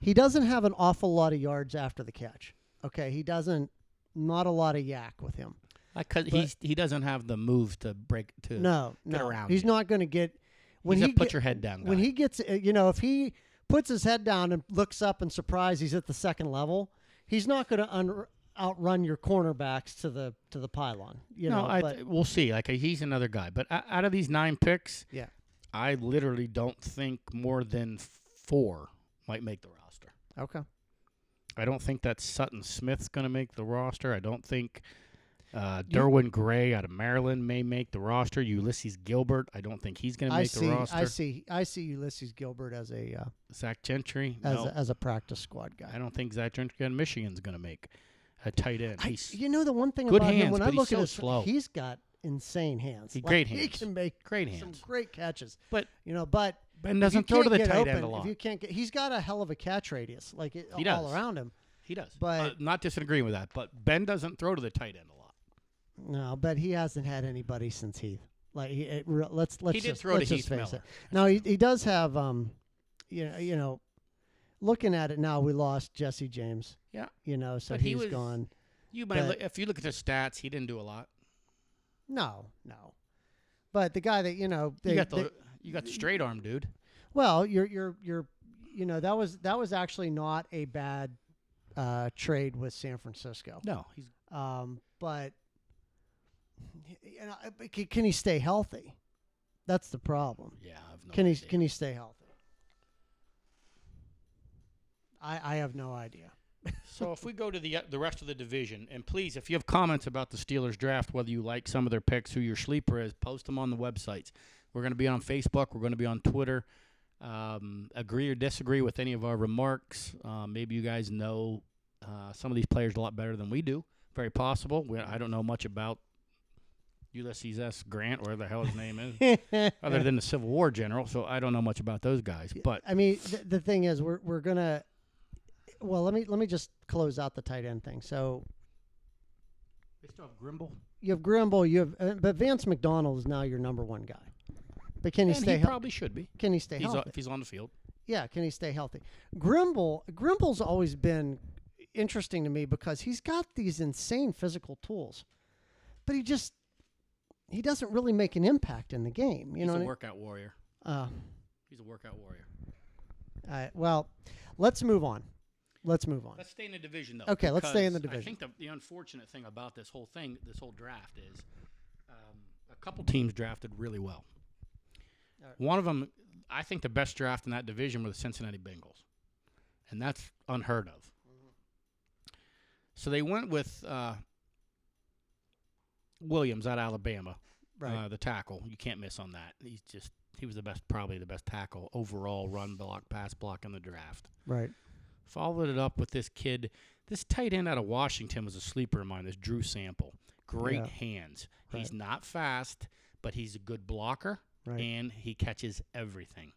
[SPEAKER 1] He doesn't have an awful lot of yards after the catch. Okay, he doesn't. Not a lot of yak with him.
[SPEAKER 2] I cut, he's, he doesn't have the move to break to.
[SPEAKER 1] No,
[SPEAKER 2] get
[SPEAKER 1] no,
[SPEAKER 2] around
[SPEAKER 1] he's
[SPEAKER 2] you.
[SPEAKER 1] not going to get. When
[SPEAKER 2] he's
[SPEAKER 1] he
[SPEAKER 2] a put
[SPEAKER 1] get-
[SPEAKER 2] your head down guy.
[SPEAKER 1] when he gets, uh, you know, if he puts his head down and looks up in surprise, he's at the second level. He's not going to un- outrun your cornerbacks to the to the pylon. You
[SPEAKER 2] no,
[SPEAKER 1] know,
[SPEAKER 2] I,
[SPEAKER 1] but
[SPEAKER 2] we'll see. Like he's another guy, but o- out of these nine picks,
[SPEAKER 1] Yeah.
[SPEAKER 2] I literally don't think more than four might make the roster.
[SPEAKER 1] okay.
[SPEAKER 2] I don't think that Sutton Smith's going to make the roster. I don't think uh,
[SPEAKER 1] You-
[SPEAKER 2] Derwin Gray out of Maryland may make the roster. Ulysses Gilbert, I don't think he's going to
[SPEAKER 1] I
[SPEAKER 2] make
[SPEAKER 1] see.
[SPEAKER 2] the roster.
[SPEAKER 1] I see. I see Ulysses Gilbert as a uh,
[SPEAKER 2] Zach Gentry,
[SPEAKER 1] as
[SPEAKER 2] no.
[SPEAKER 1] a, as a practice squad guy.
[SPEAKER 2] I don't think Zach Gentry out of Michigan's going to make a tight end.
[SPEAKER 1] I,
[SPEAKER 2] he's
[SPEAKER 1] you know the one thing
[SPEAKER 2] Good
[SPEAKER 1] about him
[SPEAKER 2] hands,
[SPEAKER 1] when I
[SPEAKER 2] but he's
[SPEAKER 1] look
[SPEAKER 2] so
[SPEAKER 1] at his
[SPEAKER 2] slow.
[SPEAKER 1] he's got insane hands.
[SPEAKER 2] He-
[SPEAKER 1] Like,
[SPEAKER 2] great
[SPEAKER 1] He
[SPEAKER 2] hands.
[SPEAKER 1] can make
[SPEAKER 2] great
[SPEAKER 1] some
[SPEAKER 2] hands,
[SPEAKER 1] great catches.
[SPEAKER 2] But-
[SPEAKER 1] you know, but
[SPEAKER 2] and
[SPEAKER 1] if you
[SPEAKER 2] doesn't throw to
[SPEAKER 1] can't
[SPEAKER 2] the
[SPEAKER 1] get
[SPEAKER 2] tight
[SPEAKER 1] open,
[SPEAKER 2] end a lot.
[SPEAKER 1] If you can't get, he's got a hell of a catch radius, like it,
[SPEAKER 2] He
[SPEAKER 1] all
[SPEAKER 2] does.
[SPEAKER 1] around him.
[SPEAKER 2] he does,
[SPEAKER 1] but-
[SPEAKER 2] Uh, not disagreeing with that. But Ben doesn't throw to the tight end a lot.
[SPEAKER 1] No, but he hasn't had anybody since Heath. Like he, it, re- let's let's
[SPEAKER 2] did
[SPEAKER 1] just,
[SPEAKER 2] throw to
[SPEAKER 1] let's just
[SPEAKER 2] Heath
[SPEAKER 1] face
[SPEAKER 2] Miller.
[SPEAKER 1] it. Now he he does have um, you know, you know, looking at it now, we lost Jesse James.
[SPEAKER 2] Yeah.
[SPEAKER 1] you know, so
[SPEAKER 2] But he
[SPEAKER 1] he's
[SPEAKER 2] was-
[SPEAKER 1] gone.
[SPEAKER 2] You might
[SPEAKER 1] But-
[SPEAKER 2] look, if you look at the stats, he didn't do a lot.
[SPEAKER 1] No, no. But the guy that you know, they,
[SPEAKER 2] you got the
[SPEAKER 1] they-
[SPEAKER 2] you got the straight arm dude.
[SPEAKER 1] well, you're you're you're, you know, that was that was actually not a bad uh, trade with San Francisco.
[SPEAKER 2] No, he's
[SPEAKER 1] Um, but you know, but can- can he stay healthy? That's the problem.
[SPEAKER 2] yeah. I have no
[SPEAKER 1] Can he
[SPEAKER 2] idea.
[SPEAKER 1] can he stay healthy? I I have no idea.
[SPEAKER 2] So if we go to the uh, the rest of the division, and please, if you have comments about the Steelers draft, whether you like some of their picks, who your sleeper is, post them on the websites. We're going to be on Facebook. We're going to be on Twitter. Um, agree or disagree with any of our remarks? Uh, maybe you guys know uh, some of these players a lot better than we do. Very possible. We, I don't know much about Ulysses S. Grant, whatever the hell his name is, other than the Civil War general. So I don't know much about those guys. But
[SPEAKER 1] I mean, th- the thing is, we're we're gonna. Well, let me let me just close out the tight end thing. So
[SPEAKER 2] they still have Grimble.
[SPEAKER 1] you have Grimble, you have, uh, but Vance McDonald is now your number one guy. But can he
[SPEAKER 2] And he
[SPEAKER 1] stay? healthy?
[SPEAKER 2] probably should be.
[SPEAKER 1] can he stay
[SPEAKER 2] He's, uh,
[SPEAKER 1] healthy?
[SPEAKER 2] if he's on the field.
[SPEAKER 1] Yeah, can he stay healthy? Grimble Grimble's always been interesting to me because he's got these insane physical tools, but he just he doesn't really make an impact in the game. You
[SPEAKER 2] he's
[SPEAKER 1] know,
[SPEAKER 2] a
[SPEAKER 1] what
[SPEAKER 2] workout warrior.
[SPEAKER 1] I- uh,
[SPEAKER 2] He's a workout warrior.
[SPEAKER 1] all right, well, let's move on. Let's move on.
[SPEAKER 2] Let's stay in the division, though.
[SPEAKER 1] Okay, let's stay in the
[SPEAKER 2] because
[SPEAKER 1] division.
[SPEAKER 2] I think the, the unfortunate thing about this whole thing, this whole draft, is um, a couple teams drafted really well. One of them, I think, the best draft in that division were the Cincinnati Bengals, and that's unheard of. So they went with uh, Williams out of Alabama,
[SPEAKER 1] Right.
[SPEAKER 2] uh, the tackle. You can't miss on that. He's just he was the best, probably the best tackle overall, run block, pass block in the draft.
[SPEAKER 1] right.
[SPEAKER 2] Followed it up with this kid. This tight end out of Washington was a sleeper of mine. This Drew Sample, great
[SPEAKER 1] Yeah.
[SPEAKER 2] hands. He's
[SPEAKER 1] Right.
[SPEAKER 2] not fast, but he's a good blocker,
[SPEAKER 1] Right.
[SPEAKER 2] and he catches everything,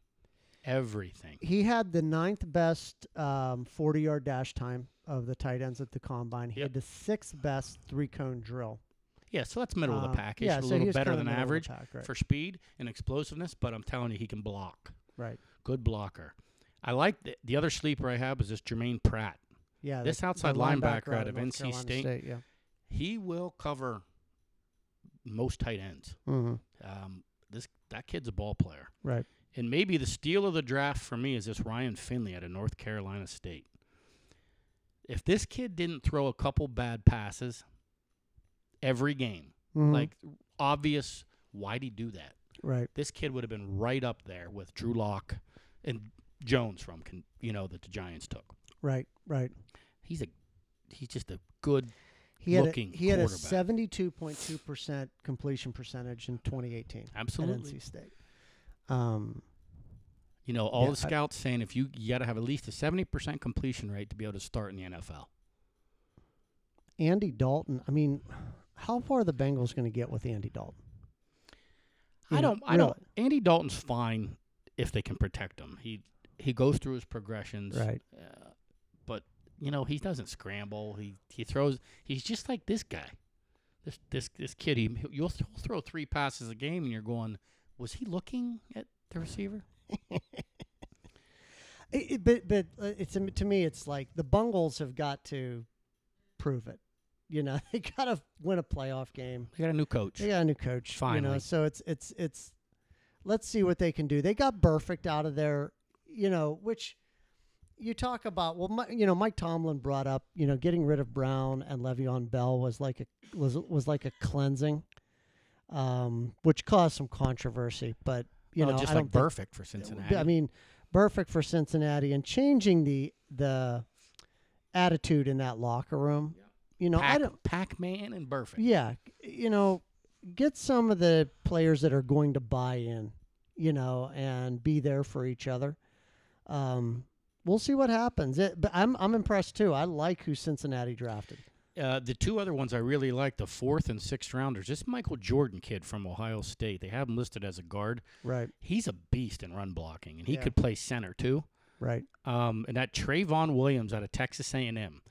[SPEAKER 2] everything.
[SPEAKER 1] He had the ninth best um, 40 yard dash time of the tight ends at the combine. He
[SPEAKER 2] Yep.
[SPEAKER 1] had the sixth best three cone drill.
[SPEAKER 2] Yeah, so that's middle of
[SPEAKER 1] Uh,
[SPEAKER 2] the package.
[SPEAKER 1] yeah,
[SPEAKER 2] a
[SPEAKER 1] so
[SPEAKER 2] little
[SPEAKER 1] he's
[SPEAKER 2] better
[SPEAKER 1] kinda
[SPEAKER 2] than
[SPEAKER 1] middle of the
[SPEAKER 2] average
[SPEAKER 1] pack, right.
[SPEAKER 2] for speed and explosiveness, but I'm telling you, he can block.
[SPEAKER 1] Right.
[SPEAKER 2] Good blocker. I like the, the other sleeper I have is this Jermaine Pratt.
[SPEAKER 1] Yeah. the-
[SPEAKER 2] This
[SPEAKER 1] the
[SPEAKER 2] outside linebacker out of
[SPEAKER 1] North
[SPEAKER 2] NC
[SPEAKER 1] Carolina
[SPEAKER 2] State.
[SPEAKER 1] Yeah.
[SPEAKER 2] He will cover most tight ends.
[SPEAKER 1] hmm
[SPEAKER 2] Um, this that kid's a ball player.
[SPEAKER 1] Right.
[SPEAKER 2] And maybe the steal of the draft for me is this Ryan Finley out of North Carolina State. If this kid didn't throw a couple bad passes every game,
[SPEAKER 1] Mhm.
[SPEAKER 2] like obvious, why'd he do that?
[SPEAKER 1] right.
[SPEAKER 2] This kid would have been right up there with Drew Lock and Jones from, Con- you know, that the Giants took.
[SPEAKER 1] Right, right.
[SPEAKER 2] He's a, he's just a good.
[SPEAKER 1] He had a,
[SPEAKER 2] Looking
[SPEAKER 1] he had a
[SPEAKER 2] quarterback.
[SPEAKER 1] seventy-two point two percent completion percentage in 2018
[SPEAKER 2] Absolutely.
[SPEAKER 1] at NC State. Um,
[SPEAKER 2] You know, all
[SPEAKER 1] Yeah,
[SPEAKER 2] the
[SPEAKER 1] I-
[SPEAKER 2] scouts saying if you, you got to have at least a 70% completion rate to be able to start in the NFL.
[SPEAKER 1] Andy Dalton. I mean, how far are the Bengals going to get with Andy Dalton? You know,
[SPEAKER 2] I don't. I don't. Andy Dalton's fine if they can protect him. He he goes through his progressions,
[SPEAKER 1] Right.
[SPEAKER 2] Uh, but you know he doesn't scramble. He he throws. He's just like this guy, this this this kid. He he'll- you'll th- he'll throw three passes a game, and you're going, was he looking at the receiver?
[SPEAKER 1] It- it- but but uh, it's to me it's like the Bungles have got to prove it. You know, they got to win a playoff game.
[SPEAKER 2] They got a new coach.
[SPEAKER 1] They got a new coach. You know,
[SPEAKER 2] Finally.
[SPEAKER 1] so it's it's it's let's see what they can do. They got perfect out of there, you know, which you talk about well Mi- you know Mike Tomlin brought up, you know, getting rid of Brown and Le'Veon Bell was like a was was like a cleansing. Um, which caused some controversy, but you
[SPEAKER 2] Well,
[SPEAKER 1] know,
[SPEAKER 2] Oh, just
[SPEAKER 1] I
[SPEAKER 2] like
[SPEAKER 1] don't think-
[SPEAKER 2] perfect for Cincinnati.
[SPEAKER 1] I mean, perfect for Cincinnati and changing the the attitude in that locker room. You know, I
[SPEAKER 2] Pac,
[SPEAKER 1] don't.
[SPEAKER 2] Pac-Man and perfect.
[SPEAKER 1] Yeah, you know, get some of the players that are going to buy in. You know, and be there for each other. Um, we'll see what happens. It, but I'm I'm impressed too. I like who Cincinnati drafted.
[SPEAKER 2] Uh, the two other ones I really like, the fourth and sixth rounders. This Michael Jordan kid from Ohio State. They have him listed as a guard.
[SPEAKER 1] Right.
[SPEAKER 2] He's a beast in run blocking, and he
[SPEAKER 1] Yeah.
[SPEAKER 2] could play center too.
[SPEAKER 1] Right.
[SPEAKER 2] Um, and that Trayvon Williams out of Texas A&M.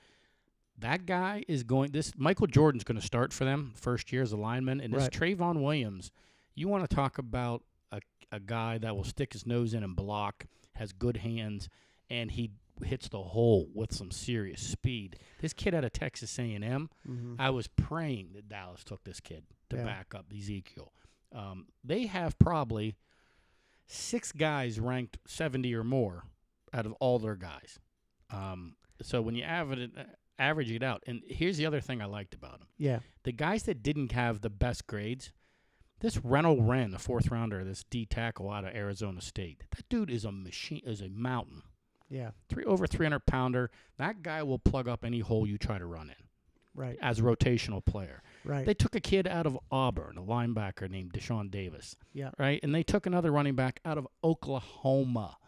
[SPEAKER 2] That guy is going. This Michael Jordan's going to start for them first year as a lineman, and this
[SPEAKER 1] Right.
[SPEAKER 2] Trayvon Williams. You want to talk about a a guy that will stick his nose in and block, has good hands, and he hits the hole with some serious speed. This kid out of Texas A&M.
[SPEAKER 1] Mm-hmm.
[SPEAKER 2] I was praying that Dallas took this kid to
[SPEAKER 1] Yeah.
[SPEAKER 2] back up Ezekiel. Um, they have probably six guys ranked 70 or more out of all their guys. Um, so when you average it, uh, average it out, and here's the other thing I liked about him
[SPEAKER 1] Yeah.
[SPEAKER 2] the guys that didn't have the best grades, this Reynold Wren, the fourth rounder, this D tackle out of Arizona State, that dude is a machine, is a mountain.
[SPEAKER 1] Yeah.
[SPEAKER 2] Three over 300 pounder. That guy will plug up any hole you try to run in
[SPEAKER 1] Right.
[SPEAKER 2] as a rotational player.
[SPEAKER 1] Right.
[SPEAKER 2] They took a kid out of Auburn, a linebacker named Deshaun Davis.
[SPEAKER 1] Yeah.
[SPEAKER 2] Right? And they took another running back out of Oklahoma.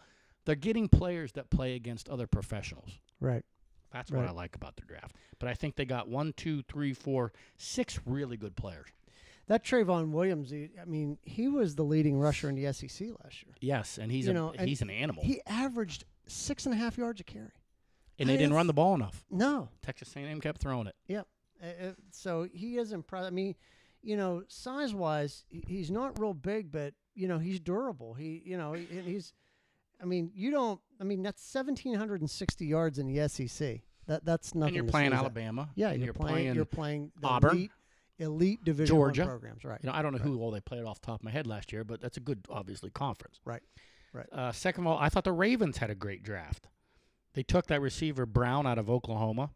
[SPEAKER 2] They're getting players that play against other professionals.
[SPEAKER 1] right.
[SPEAKER 2] That's
[SPEAKER 1] Right.
[SPEAKER 2] what I like about the draft. But I think they got one, two, three, four, six really good players.
[SPEAKER 1] That Trayvon Williams, he- I mean, he was the leading rusher in the SEC last year.
[SPEAKER 2] Yes, and he's
[SPEAKER 1] You
[SPEAKER 2] a,
[SPEAKER 1] know, and
[SPEAKER 2] he's an animal.
[SPEAKER 1] He averaged six and a half yards a carry.
[SPEAKER 2] and they
[SPEAKER 1] I-
[SPEAKER 2] didn't
[SPEAKER 1] that's-
[SPEAKER 2] run the ball enough.
[SPEAKER 1] No,
[SPEAKER 2] Texas A&M kept throwing it.
[SPEAKER 1] Uh, uh, so he is impressive. I mean, you know, size wise, he's not real big, but you know, he's durable. He, you know, he, he's. I mean, you don't. I mean, that's seventeen hundred and sixty yards in the SEC. That that's nothing.
[SPEAKER 2] and you're
[SPEAKER 1] to
[SPEAKER 2] playing
[SPEAKER 1] sneeze at.
[SPEAKER 2] Alabama.
[SPEAKER 1] Yeah,
[SPEAKER 2] and
[SPEAKER 1] you're, playing, You're playing the
[SPEAKER 2] Auburn,
[SPEAKER 1] elite, elite Division One
[SPEAKER 2] Georgia.
[SPEAKER 1] programs, right?
[SPEAKER 2] You know, I don't know who all they played off the top of my head last year, but that's a good, obviously, conference.
[SPEAKER 1] Right. Right.
[SPEAKER 2] Uh, second of all, I thought the Ravens had a great draft. They took that receiver Brown out of Oklahoma,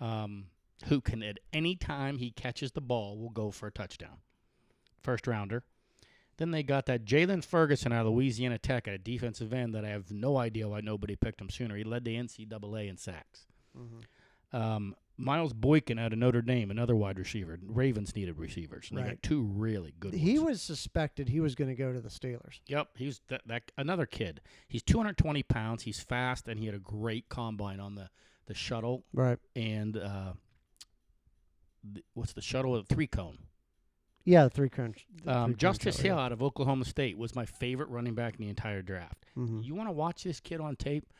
[SPEAKER 2] um, who can at any time he catches the ball will go for a touchdown. First rounder. Then they got that Jalen Ferguson out of Louisiana Tech at a defensive end that I have no idea why nobody picked him sooner. He led the NCAA in sacks.
[SPEAKER 1] Mhm.
[SPEAKER 2] Um, Miles Boykin out of Notre Dame, another wide receiver. Ravens needed receivers. And They
[SPEAKER 1] Right.
[SPEAKER 2] got two really good ones.
[SPEAKER 1] He was suspected he was going to go to the Steelers.
[SPEAKER 2] Yep, he was that, that another kid. He's 220 pounds. He's fast, and he had a great combine on the the shuttle
[SPEAKER 1] Right.
[SPEAKER 2] and uh, th- what's the shuttle? A three cone.
[SPEAKER 1] Yeah, the three crunch. the three
[SPEAKER 2] Um,
[SPEAKER 1] cone
[SPEAKER 2] Justice
[SPEAKER 1] shot, yeah.
[SPEAKER 2] Hill out of Oklahoma State was my favorite running back in the entire draft.
[SPEAKER 1] Mhm.
[SPEAKER 2] You want to watch this kid on tape?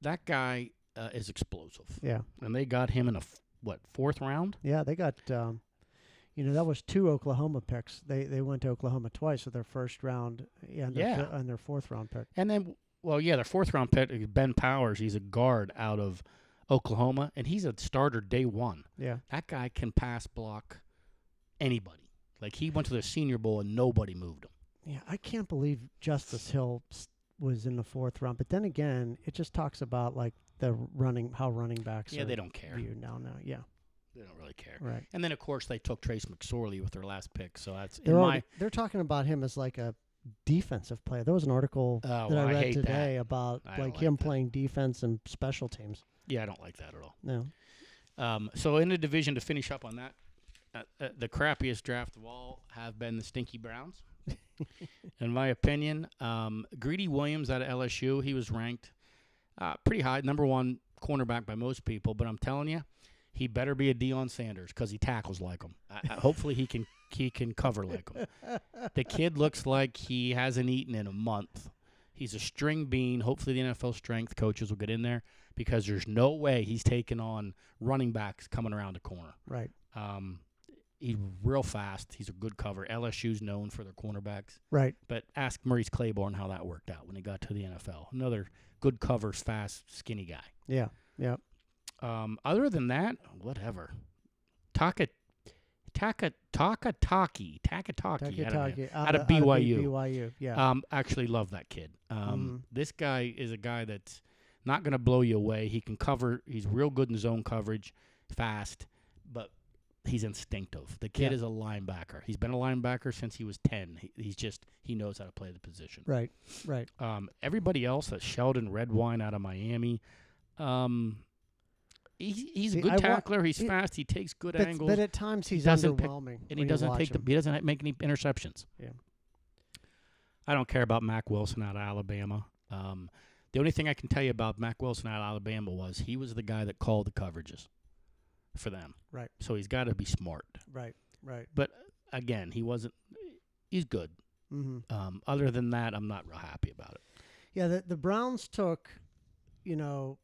[SPEAKER 2] That guy uh, is explosive,
[SPEAKER 1] Yeah,
[SPEAKER 2] and they got him in a f- what fourth round?
[SPEAKER 1] yeah, they got. Um, you know, that was two Oklahoma picks. They they went to Oklahoma twice with their first round and their,
[SPEAKER 2] Yeah.
[SPEAKER 1] fi- and their fourth round pick.
[SPEAKER 2] And then, well, yeah, their fourth round pick, Ben Powers. He's a guard out of Oklahoma, and he's a starter day one.
[SPEAKER 1] Yeah,
[SPEAKER 2] that guy can pass block anybody. Like he went to the Senior Bowl and nobody moved him.
[SPEAKER 1] yeah. I can't believe Justice Hill s- was in the fourth round. But then again, it just talks about like the running how running backs.
[SPEAKER 2] Yeah,
[SPEAKER 1] are
[SPEAKER 2] they don't care.
[SPEAKER 1] viewed now. Now, yeah,
[SPEAKER 2] They don't really care.
[SPEAKER 1] right.
[SPEAKER 2] And then of course they took Trace McSorley with their last pick. So that's in
[SPEAKER 1] They're
[SPEAKER 2] my.
[SPEAKER 1] already, they're talking about him as like a defensive player. There was an article
[SPEAKER 2] Oh,
[SPEAKER 1] that
[SPEAKER 2] well,
[SPEAKER 1] I
[SPEAKER 2] I
[SPEAKER 1] read
[SPEAKER 2] hate that.
[SPEAKER 1] today about
[SPEAKER 2] I
[SPEAKER 1] like,
[SPEAKER 2] don't like
[SPEAKER 1] him
[SPEAKER 2] that.
[SPEAKER 1] playing defense and special teams.
[SPEAKER 2] Yeah, I don't like that at all.
[SPEAKER 1] No,
[SPEAKER 2] Um, so in the division to finish up on that, uh, uh, the crappiest draft of all have been the Stinky Browns. in my opinion, um, Greedy Williams out of LSU, he was ranked uh, pretty high, number one cornerback by most people. But I'm telling you, he better be a Deion Sanders because he tackles like him. I, I, hopefully, he can he can cover like him. The kid looks like he hasn't eaten in a month. He's a string bean. Hopefully, the NFL strength coaches will get in there because there's no way he's taking on running backs coming around the corner.
[SPEAKER 1] right.
[SPEAKER 2] Um, He's real fast. He's a good cover. LSU's known for their cornerbacks.
[SPEAKER 1] Right.
[SPEAKER 2] But ask Maurice Claiborne how that worked out when he got to the NFL. Another good covers, fast, skinny guy.
[SPEAKER 1] Yeah. Yeah.
[SPEAKER 2] Um, other than that, whatever. Taka, Taka, Taka Taki, Taka Taki. I don't know.
[SPEAKER 1] Takataki
[SPEAKER 2] Out of
[SPEAKER 1] B-
[SPEAKER 2] BYU.
[SPEAKER 1] BYU. Yeah. Mm-hmm.
[SPEAKER 2] Um, actually love that kid. Um, this guy is a guy that's not going to blow you away. He can cover. He's real good in zone coverage, fast, but he's instinctive. The kid
[SPEAKER 1] Yeah.
[SPEAKER 2] is a linebacker. He's been a linebacker since he was ten. He, he's just he knows how to play the position.
[SPEAKER 1] right. Right.
[SPEAKER 2] Um, everybody else, that Sheldon Redwine out of Miami. Um, he's, he's
[SPEAKER 1] See,
[SPEAKER 2] a good
[SPEAKER 1] I wa-
[SPEAKER 2] tackler. he's
[SPEAKER 1] it-
[SPEAKER 2] fast. He takes good
[SPEAKER 1] But,
[SPEAKER 2] angles,
[SPEAKER 1] but at times he's
[SPEAKER 2] doesn't pick-
[SPEAKER 1] underwhelming.
[SPEAKER 2] and
[SPEAKER 1] when
[SPEAKER 2] he
[SPEAKER 1] you
[SPEAKER 2] doesn't
[SPEAKER 1] watch
[SPEAKER 2] take the,
[SPEAKER 1] him.
[SPEAKER 2] he doesn't make any interceptions.
[SPEAKER 1] Yeah.
[SPEAKER 2] I don't care about Mac Wilson out of Alabama. Um, the only thing I can tell you about Mac Wilson out of Alabama was he was the guy that called the coverages for them.
[SPEAKER 1] Right.
[SPEAKER 2] So he's got to be smart.
[SPEAKER 1] Right. Right.
[SPEAKER 2] But again, he wasn't. He's good.
[SPEAKER 1] Mm-hmm.
[SPEAKER 2] Um, other than that, I'm not real happy about it.
[SPEAKER 1] Yeah, the, the Browns took, you know,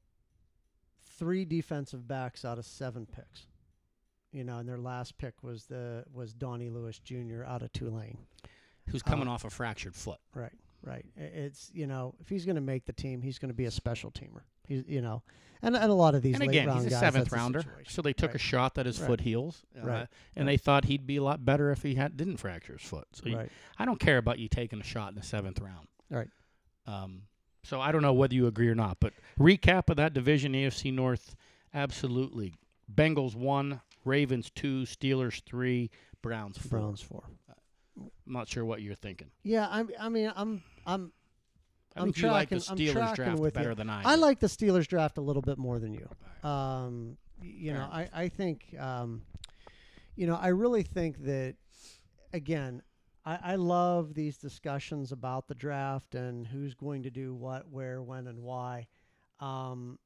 [SPEAKER 1] three defensive backs out of seven picks. You know, and their last pick was the was Donnie Lewis Jr. out of Tulane. Uh,
[SPEAKER 2] Who's coming off a fractured foot?
[SPEAKER 1] Right, right. I- It's you know, if he's going to make the team, he's going to be a special teamer. He's you know, and and a lot of these
[SPEAKER 2] and
[SPEAKER 1] late
[SPEAKER 2] again,
[SPEAKER 1] round
[SPEAKER 2] he's a
[SPEAKER 1] guys,
[SPEAKER 2] seventh
[SPEAKER 1] that's the
[SPEAKER 2] rounder.
[SPEAKER 1] situation.
[SPEAKER 2] So they took a
[SPEAKER 1] Right.
[SPEAKER 2] shot that his
[SPEAKER 1] Right.
[SPEAKER 2] foot heals, uh,
[SPEAKER 1] Right.
[SPEAKER 2] and they thought he'd be a lot better if he had, didn't fracture his foot. So you-
[SPEAKER 1] right,
[SPEAKER 2] I don't care about you taking a shot in the seventh round.
[SPEAKER 1] Right.
[SPEAKER 2] Um, so I don't know whether you agree or not, but recap of that division, AFC North, absolutely. Bengals one, Ravens two, Steelers three, Browns four.
[SPEAKER 1] Browns four.
[SPEAKER 2] I'm not sure what you're thinking.
[SPEAKER 1] Yeah, I'm. I mean, I'm. I'm.
[SPEAKER 2] I
[SPEAKER 1] I'm
[SPEAKER 2] think you like the
[SPEAKER 1] tracking- I'm
[SPEAKER 2] Steelers
[SPEAKER 1] tracking
[SPEAKER 2] draft
[SPEAKER 1] with you.
[SPEAKER 2] better than I.
[SPEAKER 1] I
[SPEAKER 2] do.
[SPEAKER 1] like the Steelers draft a little bit more than you.
[SPEAKER 2] All
[SPEAKER 1] Um, y- you know,
[SPEAKER 2] Fair
[SPEAKER 1] I, I think, um, you know, I really think that, again, I, I love these discussions about the draft and who's going to do what, where, when, and why. Um,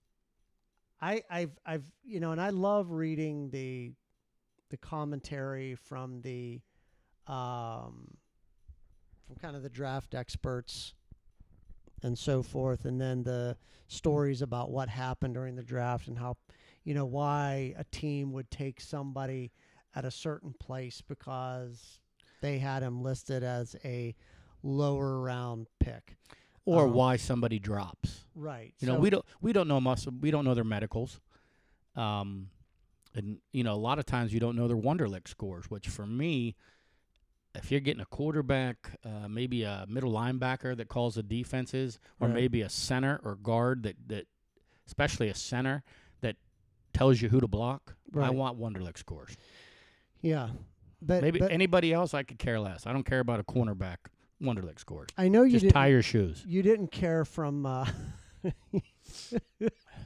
[SPEAKER 1] I, I've, I've, you know, and I love reading the, the commentary from the, um, from kind of the draft experts and so forth, and then the stories about what happened during the draft and how, you know, why a team would take somebody at a certain place because they had him listed as a lower round pick.
[SPEAKER 2] or
[SPEAKER 1] um,
[SPEAKER 2] why somebody drops.
[SPEAKER 1] Right.
[SPEAKER 2] You know,
[SPEAKER 1] so-
[SPEAKER 2] we don't we don't know muscle. We don't know their medicals. Um, and you know, a lot of times you don't know their Wonderlick scores. Which for me, if you're getting a quarterback, uh, maybe a middle linebacker that calls the defenses, or
[SPEAKER 1] Right.
[SPEAKER 2] maybe a center or guard that that, especially a center that tells you who to block. I
[SPEAKER 1] Right.
[SPEAKER 2] want Wonderlick scores.
[SPEAKER 1] Yeah. But,
[SPEAKER 2] maybe
[SPEAKER 1] but
[SPEAKER 2] anybody else, I could care less. I don't care about a cornerback. Wonderlick scores.
[SPEAKER 1] I know you
[SPEAKER 2] Just
[SPEAKER 1] didn't,
[SPEAKER 2] tie your shoes.
[SPEAKER 1] you didn't care from, uh,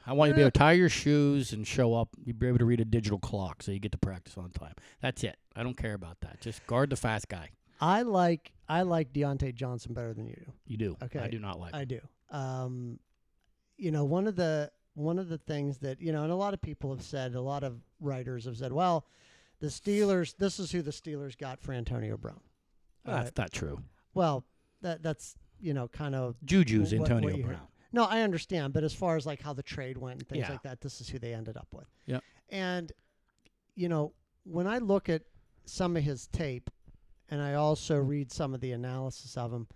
[SPEAKER 2] I want you to be able to tie your shoes and show up. You'd be able to read a digital clock so you get to practice on time. That's it. I don't care about that. Just guard the fast guy.
[SPEAKER 1] I like, I like Deontay Johnson better than you do.
[SPEAKER 2] You do. I
[SPEAKER 1] Okay.
[SPEAKER 2] do not like
[SPEAKER 1] I do. Um, you know, one of the one of the things that you know, and a lot of people have said, a lot of writers have said, well, the Steelers. This is who the Steelers got for Antonio Brown.
[SPEAKER 2] That's
[SPEAKER 1] All right.
[SPEAKER 2] not true.
[SPEAKER 1] Well, that that's you know kind of
[SPEAKER 2] Juju's
[SPEAKER 1] Well, what-
[SPEAKER 2] Antonio
[SPEAKER 1] what you heard.
[SPEAKER 2] Brown.
[SPEAKER 1] no, I understand, but as far as like how the trade went and things
[SPEAKER 2] Yeah.
[SPEAKER 1] like that, this is who they ended up with.
[SPEAKER 2] Yep.
[SPEAKER 1] And you know, when I look at some of his tape and I also read some of the analysis of him,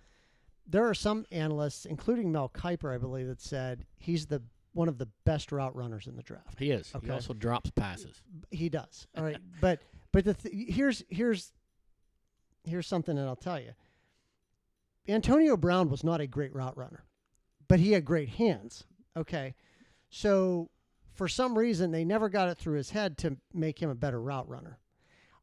[SPEAKER 1] there are some analysts, including Mel Kiper, I believe, that said he's the one of the best route runners in the draft.
[SPEAKER 2] He is.
[SPEAKER 1] Okay.
[SPEAKER 2] He also drops passes.
[SPEAKER 1] He does. All right, but but the th- here's here's here's something that I'll tell you. Antonio Brown was not a great route runner, but he had great hands. Okay, so for some reason they never got it through his head to make him a better route runner.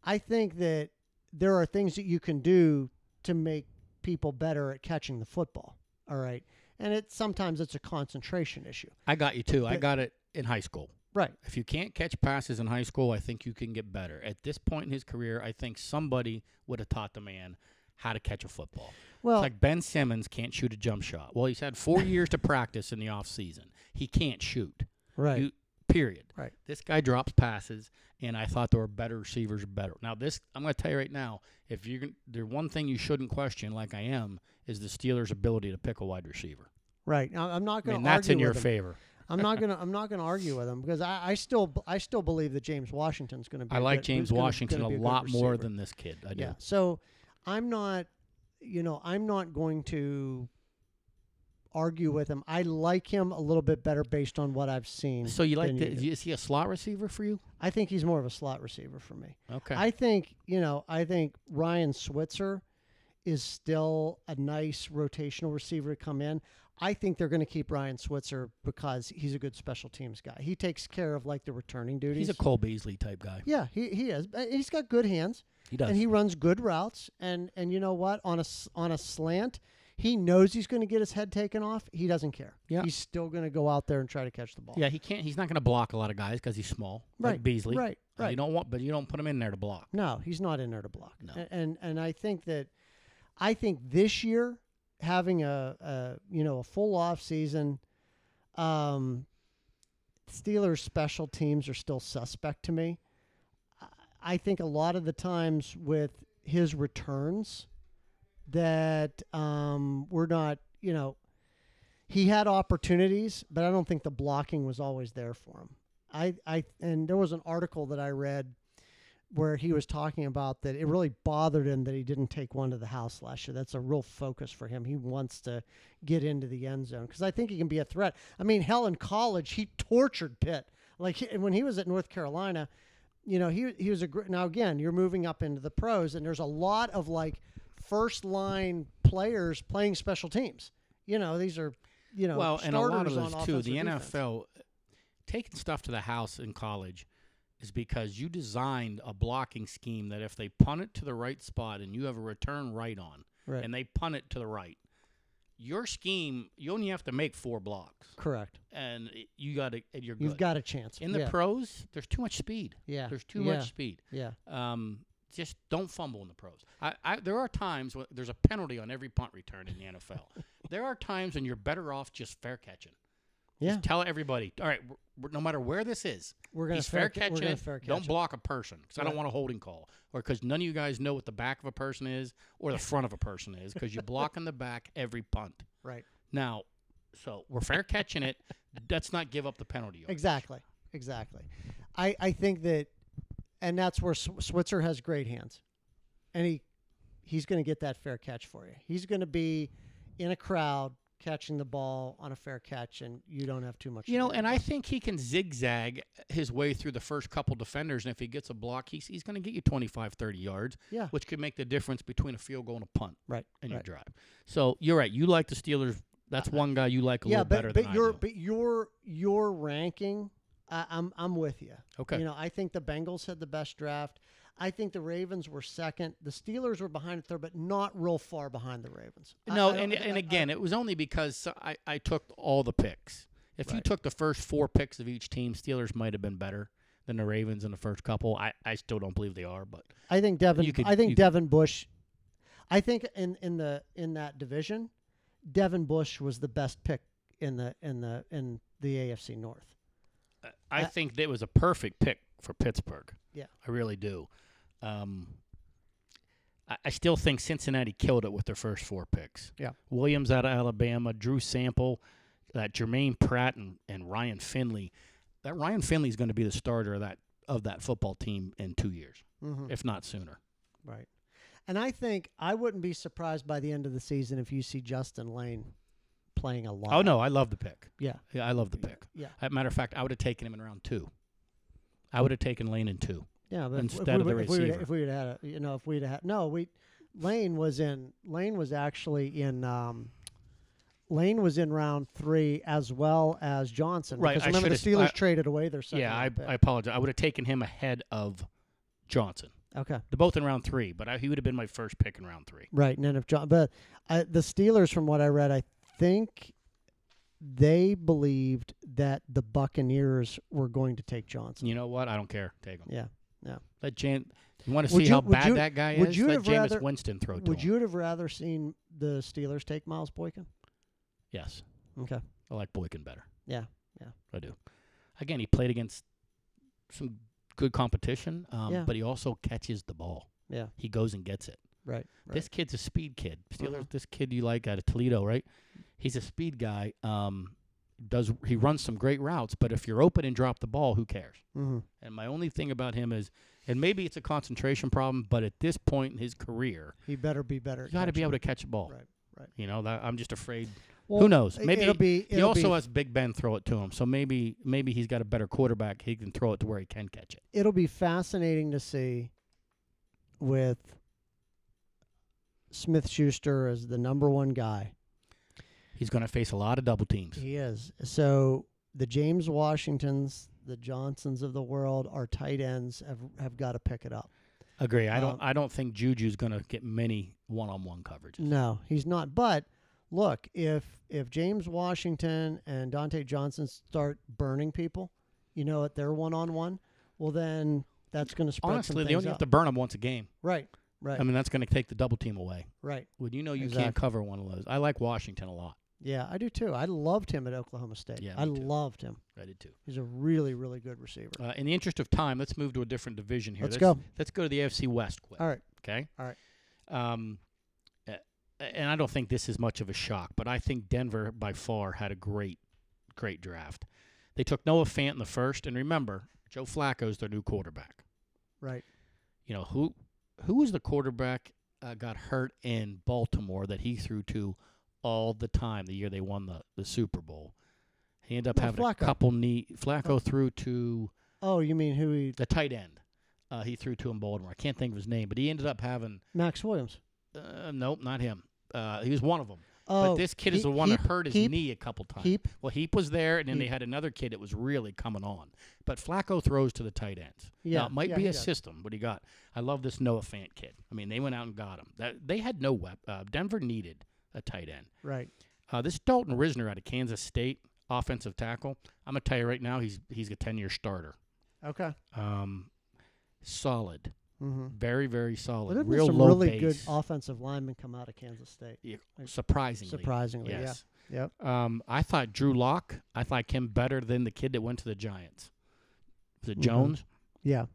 [SPEAKER 1] I think that there are things that you can do to make people better at catching the football. All right, and it sometimes it's a concentration issue.
[SPEAKER 2] I got you too. I
[SPEAKER 1] But-
[SPEAKER 2] got it in high school.
[SPEAKER 1] Right.
[SPEAKER 2] If you can't catch passes in high school, I think you can get better. At this point in his career, I think somebody would have taught the man how to catch a football.
[SPEAKER 1] Well,
[SPEAKER 2] it's like Ben Simmons can't shoot a jump shot. Well, he's had four years to practice in the off season. He can't shoot.
[SPEAKER 1] right.
[SPEAKER 2] You, period.
[SPEAKER 1] Right.
[SPEAKER 2] This guy drops passes, and I thought there were better receivers, better. Now this, I'm going to tell you right now, if you're gon- the one thing you shouldn't question, like I am, is the Steelers' ability to pick a wide receiver.
[SPEAKER 1] Right. Now, I'm not
[SPEAKER 2] I
[SPEAKER 1] going
[SPEAKER 2] mean,
[SPEAKER 1] to
[SPEAKER 2] that's
[SPEAKER 1] argue
[SPEAKER 2] in your
[SPEAKER 1] with him.
[SPEAKER 2] favor.
[SPEAKER 1] I'm not gonna I'm not gonna argue with him because I, I still I still believe that James Washington's gonna be.
[SPEAKER 2] I
[SPEAKER 1] a
[SPEAKER 2] like
[SPEAKER 1] good-
[SPEAKER 2] James
[SPEAKER 1] who's gonna-
[SPEAKER 2] Washington
[SPEAKER 1] gonna be
[SPEAKER 2] a
[SPEAKER 1] good
[SPEAKER 2] lot more
[SPEAKER 1] receiver.
[SPEAKER 2] than this kid. I do.
[SPEAKER 1] yeah. So I'm not, you know, I'm not going to argue with him. I like him a little bit better based on what I've seen.
[SPEAKER 2] So you like
[SPEAKER 1] than
[SPEAKER 2] the,
[SPEAKER 1] you do.
[SPEAKER 2] is he a slot receiver for you?
[SPEAKER 1] I think he's more of a slot receiver for me.
[SPEAKER 2] Okay.
[SPEAKER 1] I think, you know, I think Ryan Switzer is still a nice rotational receiver to come in. I think they're going to keep Ryan Switzer because he's a good special teams guy. He takes care of like the returning duties.
[SPEAKER 2] He's a Cole Beasley type guy.
[SPEAKER 1] yeah, he, he is. Uh, He's got good hands
[SPEAKER 2] He does.
[SPEAKER 1] and he runs good routes. And and you know what? On a s- on a slant, he knows he's going to get his head taken off. He doesn't care.
[SPEAKER 2] Yeah.
[SPEAKER 1] he's still going to go out there and try to catch the ball.
[SPEAKER 2] yeah, he can't. He's not going to block a lot of guys because he's small.
[SPEAKER 1] Right,
[SPEAKER 2] Like Beasley.
[SPEAKER 1] right,
[SPEAKER 2] Uh,
[SPEAKER 1] right.
[SPEAKER 2] You don't want, but you don't put him in there to block.
[SPEAKER 1] No, he's not in there to block.
[SPEAKER 2] No.
[SPEAKER 1] A- And and I think that I think this year having a, a you know a full off season, um, Steelers special teams are still suspect to me. I- I think a lot of the times with his returns that um, we're not you know he had opportunities, but I don't think the blocking was always there for him. I, I and there was an article that I read where he was talking about that it really bothered him that he didn't take one to the house last year. That's a real focus for him. He wants to get into the end zone because I think he can be a threat. I mean, hell, in college, he tortured Pitt. Like he- when he was at North Carolina, you know, he he was a gr- now again you're moving up into the pros, and there's a lot of like first line players playing special teams. You know, these are you know
[SPEAKER 2] well, and a lot of
[SPEAKER 1] starters on
[SPEAKER 2] those too.
[SPEAKER 1] offense or
[SPEAKER 2] The
[SPEAKER 1] defense.
[SPEAKER 2] NFL taking stuff to the house in college is because you designed a blocking scheme that if they punt it to the right spot and you have a return right on,
[SPEAKER 1] Right.
[SPEAKER 2] and they punt it to the right, your scheme you only have to make four blocks,
[SPEAKER 1] correct.
[SPEAKER 2] and it- you got to you're good.
[SPEAKER 1] You've got a chance
[SPEAKER 2] in the
[SPEAKER 1] yeah.
[SPEAKER 2] pros, there's too much speed.
[SPEAKER 1] yeah.
[SPEAKER 2] There's too
[SPEAKER 1] yeah.
[SPEAKER 2] much speed.
[SPEAKER 1] Yeah.
[SPEAKER 2] Um, just don't fumble in the pros. I, I, there are times when there's a penalty on every punt return in the NFL. there are times when you're better off just fair catching.
[SPEAKER 1] Yeah.
[SPEAKER 2] Just tell everybody, all right, we're, we're- no matter where this is,
[SPEAKER 1] We're gonna
[SPEAKER 2] he's fair,
[SPEAKER 1] ca-
[SPEAKER 2] catching.
[SPEAKER 1] We're gonna
[SPEAKER 2] it.
[SPEAKER 1] fair catch.
[SPEAKER 2] don't
[SPEAKER 1] it.
[SPEAKER 2] block a person because I
[SPEAKER 1] Right.
[SPEAKER 2] don't want a holding call or because none of you guys know what the back of a person is or the front of a person is because you're blocking the back every punt.
[SPEAKER 1] Right.
[SPEAKER 2] Now, so we're fair catching it. Let's not give up the penalty. yard.
[SPEAKER 1] Exactly. Exactly. I I think that, and that's where Sw- Switzer has great hands, and he he's going to get that fair catch for you. He's going to be in a crowd catching the ball on a fair catch, and you don't have too much. to
[SPEAKER 2] You know,
[SPEAKER 1] worry
[SPEAKER 2] and I
[SPEAKER 1] about.
[SPEAKER 2] think he can zigzag his way through the first couple defenders. And if he gets a block, he's, he's going to get you 25, 30 yards,
[SPEAKER 1] Yeah.
[SPEAKER 2] which could make the difference between a field goal and a punt
[SPEAKER 1] right
[SPEAKER 2] in your
[SPEAKER 1] right.
[SPEAKER 2] drive. So you're right. You like the Steelers. That's one guy you like a
[SPEAKER 1] yeah,
[SPEAKER 2] little better
[SPEAKER 1] but but
[SPEAKER 2] than
[SPEAKER 1] your
[SPEAKER 2] I do.
[SPEAKER 1] but your your ranking, I, I'm I'm with you.
[SPEAKER 2] Okay.
[SPEAKER 1] You know, I think the Bengals had the best draft. I think the Ravens were second. The Steelers were behind third, but not real far behind the Ravens. I-
[SPEAKER 2] no,
[SPEAKER 1] I don't-
[SPEAKER 2] and,
[SPEAKER 1] I-
[SPEAKER 2] and
[SPEAKER 1] I-
[SPEAKER 2] again, it was only because so- I, I took all the picks. If you
[SPEAKER 1] Right.
[SPEAKER 2] took the first four picks of each team, Steelers might have been better than the Ravens in the first couple. I, I still don't believe they are, but
[SPEAKER 1] I think Devin.
[SPEAKER 2] You could-
[SPEAKER 1] I
[SPEAKER 2] you
[SPEAKER 1] think
[SPEAKER 2] could-
[SPEAKER 1] Devin Bush. I think in in the in that division, Devin Bush was the best pick in the in the in the AFC North.
[SPEAKER 2] I- I
[SPEAKER 1] Uh,
[SPEAKER 2] think that was a perfect pick for Pittsburgh.
[SPEAKER 1] Yeah.
[SPEAKER 2] I really do. Um, I, I still think Cincinnati killed it with their first four picks.
[SPEAKER 1] Yeah.
[SPEAKER 2] Williams out of Alabama, Drew Sample, uh, Jermaine Pratt, and, and Ryan Finley. That Ryan Finley is going to be the starter of that of that football team in two years,
[SPEAKER 1] Mm-hmm.
[SPEAKER 2] if not sooner.
[SPEAKER 1] Right. And I think I wouldn't be surprised by the end of the season if you see Justin Lane playing a lot.
[SPEAKER 2] Oh no, I love the pick.
[SPEAKER 1] Yeah.
[SPEAKER 2] Yeah, I love the pick.
[SPEAKER 1] Yeah.
[SPEAKER 2] As a matter of fact, I would have taken him in round two. I would have taken Lane in two.
[SPEAKER 1] Yeah, but if- if,
[SPEAKER 2] Instead
[SPEAKER 1] we,
[SPEAKER 2] of the
[SPEAKER 1] would- if we would,
[SPEAKER 2] receiver.
[SPEAKER 1] if we would have had a, you know, if we'd had no, we Lane was in Lane was actually in um, Lane was in round three as well as Johnson.
[SPEAKER 2] Right,
[SPEAKER 1] because
[SPEAKER 2] I
[SPEAKER 1] remember the
[SPEAKER 2] should've- I-
[SPEAKER 1] Steelers traded away their second.
[SPEAKER 2] yeah, I,
[SPEAKER 1] round
[SPEAKER 2] I
[SPEAKER 1] pick.
[SPEAKER 2] apologize. I would have taken him ahead of Johnson.
[SPEAKER 1] okay,
[SPEAKER 2] They're both in round three, but I, he would have been my first pick in round three.
[SPEAKER 1] right, and then if John, but I, the Steelers, from what I read, I think they believed that the Buccaneers were going to take Johnson.
[SPEAKER 2] You know what? I don't care. Take him.
[SPEAKER 1] Yeah.
[SPEAKER 2] Let Jan. You want to
[SPEAKER 1] Would
[SPEAKER 2] see
[SPEAKER 1] you-
[SPEAKER 2] how
[SPEAKER 1] would
[SPEAKER 2] bad
[SPEAKER 1] you-
[SPEAKER 2] that guy
[SPEAKER 1] would
[SPEAKER 2] is?
[SPEAKER 1] you
[SPEAKER 2] Let
[SPEAKER 1] have
[SPEAKER 2] Jameis
[SPEAKER 1] rather-
[SPEAKER 2] Winston throw to
[SPEAKER 1] Would
[SPEAKER 2] him.
[SPEAKER 1] you have rather seen the Steelers take Miles Boykin?
[SPEAKER 2] Yes,
[SPEAKER 1] Okay,
[SPEAKER 2] I like Boykin better.
[SPEAKER 1] Yeah, yeah.
[SPEAKER 2] I do. Again, he played against some good competition, um,
[SPEAKER 1] Yeah.
[SPEAKER 2] but he also catches the ball.
[SPEAKER 1] Yeah.
[SPEAKER 2] he goes and gets it.
[SPEAKER 1] right. right.
[SPEAKER 2] This kid's a speed kid. Steelers.
[SPEAKER 1] Mhm.
[SPEAKER 2] This kid you like out of Toledo, right? He's a speed guy. Um, does he runs some great routes, but if you're open and drop the ball, who cares?
[SPEAKER 1] Mhm.
[SPEAKER 2] And my only thing about him is, and maybe it's a concentration problem, but at this point in his career,
[SPEAKER 1] He better be better.
[SPEAKER 2] you got to be able to catch a ball.
[SPEAKER 1] Right, right.
[SPEAKER 2] You know, that, I'm just afraid.
[SPEAKER 1] Well,
[SPEAKER 2] who knows?
[SPEAKER 1] it-
[SPEAKER 2] Maybe
[SPEAKER 1] it'll be.
[SPEAKER 2] he
[SPEAKER 1] it'll
[SPEAKER 2] also
[SPEAKER 1] be,
[SPEAKER 2] has Big Ben throw it to him, so maybe maybe he's got a better quarterback. He can throw it to where he can catch it.
[SPEAKER 1] it'll be fascinating to see with Smith Schuster as the number one guy.
[SPEAKER 2] He's going to face a lot of double teams.
[SPEAKER 1] He is. So the James Washingtons, the Johnsons of the world, our tight ends have have got to pick it up.
[SPEAKER 2] Agree. I
[SPEAKER 1] Um,
[SPEAKER 2] don't. I don't think Juju's going to get many one-on-one coverages.
[SPEAKER 1] No, he's not. But look, if if James Washington and Dante Johnson start burning people, you know, at their one on one, well then that's going to spread some
[SPEAKER 2] Honestly, they
[SPEAKER 1] things
[SPEAKER 2] only have
[SPEAKER 1] out.
[SPEAKER 2] to burn him once a game.
[SPEAKER 1] right, right,
[SPEAKER 2] I mean, that's going to take the double team away.
[SPEAKER 1] right.
[SPEAKER 2] When you know you can't
[SPEAKER 1] Exactly.
[SPEAKER 2] cover one of those. I like Washington a lot.
[SPEAKER 1] Yeah, I do too. I loved him at Oklahoma State.
[SPEAKER 2] Yeah,
[SPEAKER 1] I
[SPEAKER 2] me too.
[SPEAKER 1] loved him.
[SPEAKER 2] I did too.
[SPEAKER 1] He's a really, really good receiver.
[SPEAKER 2] Uh, in the interest of time, let's move to a different division here.
[SPEAKER 1] Let's go.
[SPEAKER 2] Let's go to the AFC West quick.
[SPEAKER 1] All right.
[SPEAKER 2] Okay.
[SPEAKER 1] All right.
[SPEAKER 2] Um, a- and I don't think this is much of a shock, but I think Denver by far had a great, great draft. They took Noah Fant in the first, and remember, Joe Flacco's their new quarterback.
[SPEAKER 1] Right.
[SPEAKER 2] You know who, who was the quarterback uh, got hurt in Baltimore that he threw to all the time the year they won the, the Super Bowl. He ended up
[SPEAKER 1] Oh,
[SPEAKER 2] having
[SPEAKER 1] Flacco.
[SPEAKER 2] a couple knee. Flacco threw to
[SPEAKER 1] Oh, you mean who he
[SPEAKER 2] the tight end. Uh, he threw to him Baltimore. I can't think of his name, but he ended up having.
[SPEAKER 1] Max Williams.
[SPEAKER 2] Uh, nope, not him. Uh, he was one of them.
[SPEAKER 1] Oh
[SPEAKER 2] but this kid is
[SPEAKER 1] He-
[SPEAKER 2] the one that
[SPEAKER 1] Heap-
[SPEAKER 2] hurt his
[SPEAKER 1] Heap-
[SPEAKER 2] knee a couple times.
[SPEAKER 1] Heap.
[SPEAKER 2] Well, Heap was there, and then they
[SPEAKER 1] Heap.
[SPEAKER 2] had another kid that was really coming on. But Flacco throws to the tight ends.
[SPEAKER 1] Yeah,
[SPEAKER 2] now, it might
[SPEAKER 1] yeah,
[SPEAKER 2] be
[SPEAKER 1] he
[SPEAKER 2] a
[SPEAKER 1] does.
[SPEAKER 2] system, but he got. I love this Noah Fant kid. I mean, they went out and got him. That they had no wep Uh, Denver needed a tight end.
[SPEAKER 1] Right.
[SPEAKER 2] Uh, this Dalton Risner out of Kansas State, offensive tackle. I'm gonna tell you right now, he's he's a 10 year starter.
[SPEAKER 1] Okay.
[SPEAKER 2] Um, solid.
[SPEAKER 1] Mm-hmm.
[SPEAKER 2] Very, very
[SPEAKER 1] Well,
[SPEAKER 2] solid.
[SPEAKER 1] there've been
[SPEAKER 2] Real
[SPEAKER 1] some
[SPEAKER 2] low
[SPEAKER 1] really
[SPEAKER 2] base.
[SPEAKER 1] good offensive linemen come out of Kansas State.
[SPEAKER 2] Yeah,
[SPEAKER 1] like,
[SPEAKER 2] surprisingly.
[SPEAKER 1] Surprisingly,
[SPEAKER 2] Yes.
[SPEAKER 1] yeah. Yep.
[SPEAKER 2] Um, I thought Drew Locke, I like him better than the kid that went to the Giants. Was it
[SPEAKER 1] Mhm.
[SPEAKER 2] Jones?
[SPEAKER 1] Yeah.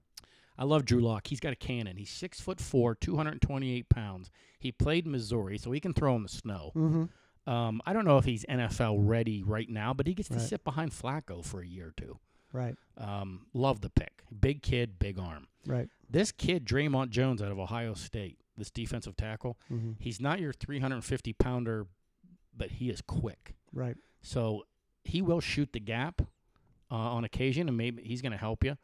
[SPEAKER 2] I love Drew Locke. He's got a cannon. He's six foot four, two hundred and twenty eight pounds. He played Missouri, so he can throw in the snow.
[SPEAKER 1] Mm-hmm.
[SPEAKER 2] Um, I don't know if he's NFL ready right now, but he gets to
[SPEAKER 1] Right.
[SPEAKER 2] sit behind Flacco for a year or two.
[SPEAKER 1] Right.
[SPEAKER 2] Um, love the pick. Big kid, big arm.
[SPEAKER 1] Right.
[SPEAKER 2] This kid, Draymond Jones out of Ohio State, this defensive tackle,
[SPEAKER 1] Mm-hmm.
[SPEAKER 2] He's not your 350 pounder, but he is quick.
[SPEAKER 1] Right.
[SPEAKER 2] So he will shoot the gap uh, on occasion, and maybe he's going to help you.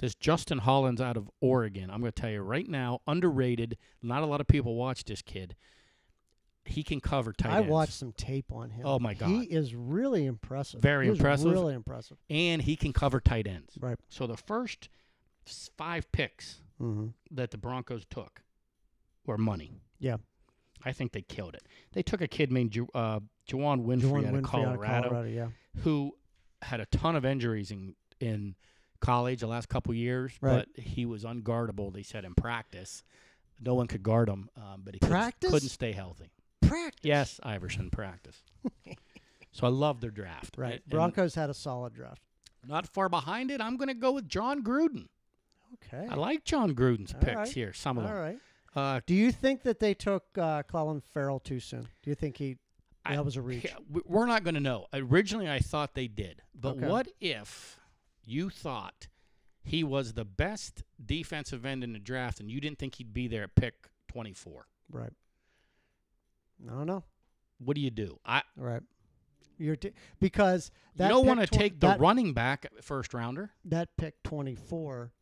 [SPEAKER 2] This Justin Hollins out of Oregon, I'm going to tell you right now, underrated. Not a lot of people watch this kid. He can cover tight
[SPEAKER 1] I
[SPEAKER 2] ends.
[SPEAKER 1] watched some tape on him.
[SPEAKER 2] Oh, my
[SPEAKER 1] He
[SPEAKER 2] God.
[SPEAKER 1] is really impressive.
[SPEAKER 2] Very
[SPEAKER 1] He was
[SPEAKER 2] impressive.
[SPEAKER 1] Really impressive.
[SPEAKER 2] and he can cover tight ends.
[SPEAKER 1] Right.
[SPEAKER 2] So the first s- five picks
[SPEAKER 1] Mm-hmm.
[SPEAKER 2] that the Broncos took were money.
[SPEAKER 1] Yeah.
[SPEAKER 2] I think they killed it. They took a kid named Ju- uh, Juwan Winfrey,
[SPEAKER 1] Mm-hmm. Juwan
[SPEAKER 2] out,
[SPEAKER 1] Winfrey
[SPEAKER 2] of Colorado.
[SPEAKER 1] Yeah.
[SPEAKER 2] who had a ton of injuries in in college the last couple years,
[SPEAKER 1] Right.
[SPEAKER 2] but he was unguardable. They said in practice, no one could guard him, um, but he couldn't-
[SPEAKER 1] Practice?
[SPEAKER 2] couldn't stay healthy.
[SPEAKER 1] Practice.
[SPEAKER 2] Yes, Iverson practice. so I love their draft.
[SPEAKER 1] Right.
[SPEAKER 2] And- and
[SPEAKER 1] Broncos had a solid draft.
[SPEAKER 2] not far behind it. I'm going to go with John Gruden.
[SPEAKER 1] Okay.
[SPEAKER 2] I like John Gruden's
[SPEAKER 1] All
[SPEAKER 2] picks
[SPEAKER 1] right.
[SPEAKER 2] here. Some of
[SPEAKER 1] All
[SPEAKER 2] them.
[SPEAKER 1] right.
[SPEAKER 2] Uh,
[SPEAKER 1] Do you think that they took uh, Colin Farrell too soon? Do you think he
[SPEAKER 2] I-
[SPEAKER 1] that was a reach?
[SPEAKER 2] Yeah, we- we're not going to know. Originally, I thought they did, but
[SPEAKER 1] Okay.
[SPEAKER 2] what if you thought he was the best defensive end in the draft, and you didn't think he'd be there at pick twenty-four?
[SPEAKER 1] Right. I don't know.
[SPEAKER 2] What do you do? I
[SPEAKER 1] All right. You're t- because that
[SPEAKER 2] you don't
[SPEAKER 1] pick
[SPEAKER 2] want to
[SPEAKER 1] twen-
[SPEAKER 2] take the
[SPEAKER 1] that,
[SPEAKER 2] running back uh, first rounder.
[SPEAKER 1] that pick 24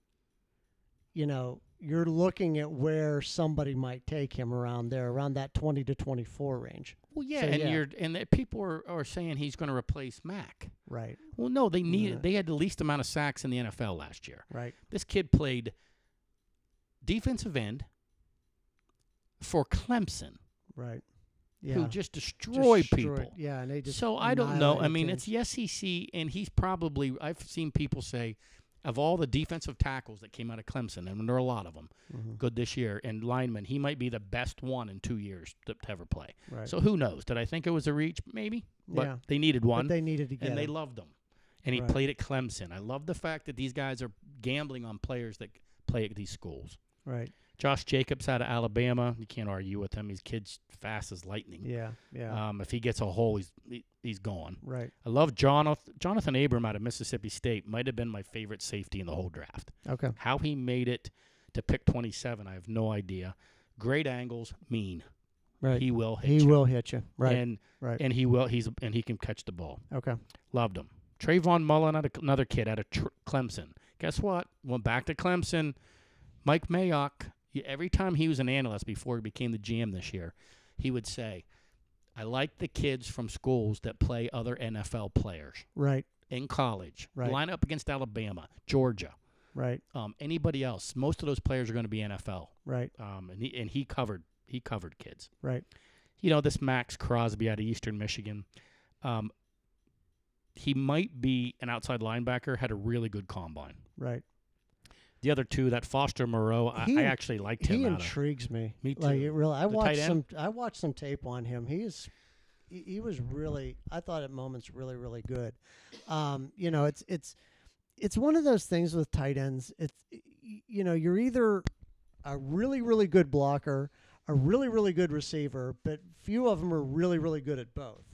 [SPEAKER 1] you know you're looking at where somebody might take him around there around that 20 to 24 range
[SPEAKER 2] Well, yeah,
[SPEAKER 1] So,
[SPEAKER 2] and
[SPEAKER 1] yeah.
[SPEAKER 2] you're and that people are, are saying he's going to replace Mac.
[SPEAKER 1] right
[SPEAKER 2] Well, no, they needed
[SPEAKER 1] Right.
[SPEAKER 2] they had the least amount of sacks in the NFL last year.
[SPEAKER 1] right
[SPEAKER 2] This kid played defensive end for Clemson,
[SPEAKER 1] right yeah
[SPEAKER 2] who just destroyed
[SPEAKER 1] Destroyed-
[SPEAKER 2] people.
[SPEAKER 1] yeah and they just
[SPEAKER 2] so I don't know. I
[SPEAKER 1] annihilated
[SPEAKER 2] mean,
[SPEAKER 1] teams.
[SPEAKER 2] it's the SEC, and he's probably. I've seen people say, of all the defensive tackles that came out of Clemson, and there are a lot of them
[SPEAKER 1] Mhm,
[SPEAKER 2] good this year, and linemen, he might be the best one in two years to, to ever play.
[SPEAKER 1] Mm-hmm. right
[SPEAKER 2] So who knows? Did I think it was a reach? Maybe, but
[SPEAKER 1] Yeah.
[SPEAKER 2] they needed
[SPEAKER 1] but
[SPEAKER 2] one,
[SPEAKER 1] they needed to get
[SPEAKER 2] and they
[SPEAKER 1] him.
[SPEAKER 2] loved him. And he
[SPEAKER 1] Right.
[SPEAKER 2] played at Clemson. I love the fact that these guys are gambling on players that play at these schools.
[SPEAKER 1] right
[SPEAKER 2] Josh Jacobs out of Alabama. You can't argue with him. He's kid's fast as lightning.
[SPEAKER 1] Yeah. Yeah.
[SPEAKER 2] Um, if he gets a hole, he's he, he's gone.
[SPEAKER 1] right.
[SPEAKER 2] I love Jonathan Jonathan Abram out of Mississippi State. Might have been my favorite safety in the whole draft.
[SPEAKER 1] Okay.
[SPEAKER 2] How he made it to pick 27, I have no idea. Great angles, mean.
[SPEAKER 1] Right.
[SPEAKER 2] He will hit
[SPEAKER 1] He
[SPEAKER 2] you.
[SPEAKER 1] will hit you. Right.
[SPEAKER 2] And
[SPEAKER 1] right.
[SPEAKER 2] and he will he's and he can catch the ball.
[SPEAKER 1] okay.
[SPEAKER 2] Loved him. Trayvon Mullen, another- another kid out of Tr- Clemson. Guess what? Went back to Clemson. Mike Mayock, he- every time he was an analyst before he became the GM this year, he would say, I like the kids from schools that play other NFL players
[SPEAKER 1] Right.
[SPEAKER 2] in college.
[SPEAKER 1] Right.
[SPEAKER 2] Line up against Alabama, Georgia,
[SPEAKER 1] Right.
[SPEAKER 2] um, anybody else. Most of those players are going to be NFL.
[SPEAKER 1] Right.
[SPEAKER 2] Um, and, he, and he covered he covered kids
[SPEAKER 1] Right.
[SPEAKER 2] you know, this Max Crosby out of Eastern Michigan, um, he might be an outside linebacker, had a really good combine.
[SPEAKER 1] Right.
[SPEAKER 2] The other two, that Foster Moreau, I,
[SPEAKER 1] He-
[SPEAKER 2] I actually liked him.
[SPEAKER 1] He
[SPEAKER 2] out of-
[SPEAKER 1] intrigues me.
[SPEAKER 2] Me
[SPEAKER 1] Like
[SPEAKER 2] too.
[SPEAKER 1] it really, I
[SPEAKER 2] The tight
[SPEAKER 1] watched some.
[SPEAKER 2] end?
[SPEAKER 1] I watched some tape on him. He is. He, he was really. I thought at moments really, really good. Um, you know, it's it's it's one of those things with tight ends. It's y- you know, you're either a really, really good blocker, a really, really good receiver, but few of them are really, really good at both.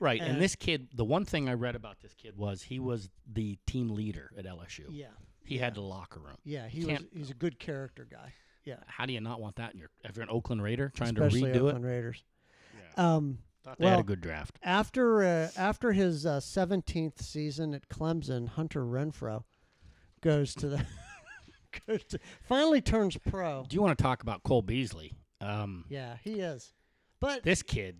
[SPEAKER 2] right.
[SPEAKER 1] and-
[SPEAKER 2] and this kid, the one thing I read about this kid was he was the team leader at LSU.
[SPEAKER 1] Yeah,
[SPEAKER 2] He had the locker room.
[SPEAKER 1] yeah. He was.
[SPEAKER 2] Can't-
[SPEAKER 1] He's a good character guy. Yeah,
[SPEAKER 2] How do you not want that in your, if you're an Oakland Raider trying
[SPEAKER 1] especially
[SPEAKER 2] to redo
[SPEAKER 1] Oakland Raiders.
[SPEAKER 2] it? Yeah.
[SPEAKER 1] Um,
[SPEAKER 2] Thought they had
[SPEAKER 1] well,
[SPEAKER 2] a good draft.
[SPEAKER 1] After uh, after his seventeenth season at Clemson, Hunter Renfro goes to the goes to, finally turns pro.
[SPEAKER 2] Do you want to talk about Cole Beasley? Um,
[SPEAKER 1] Yeah, he is. But
[SPEAKER 2] This kid,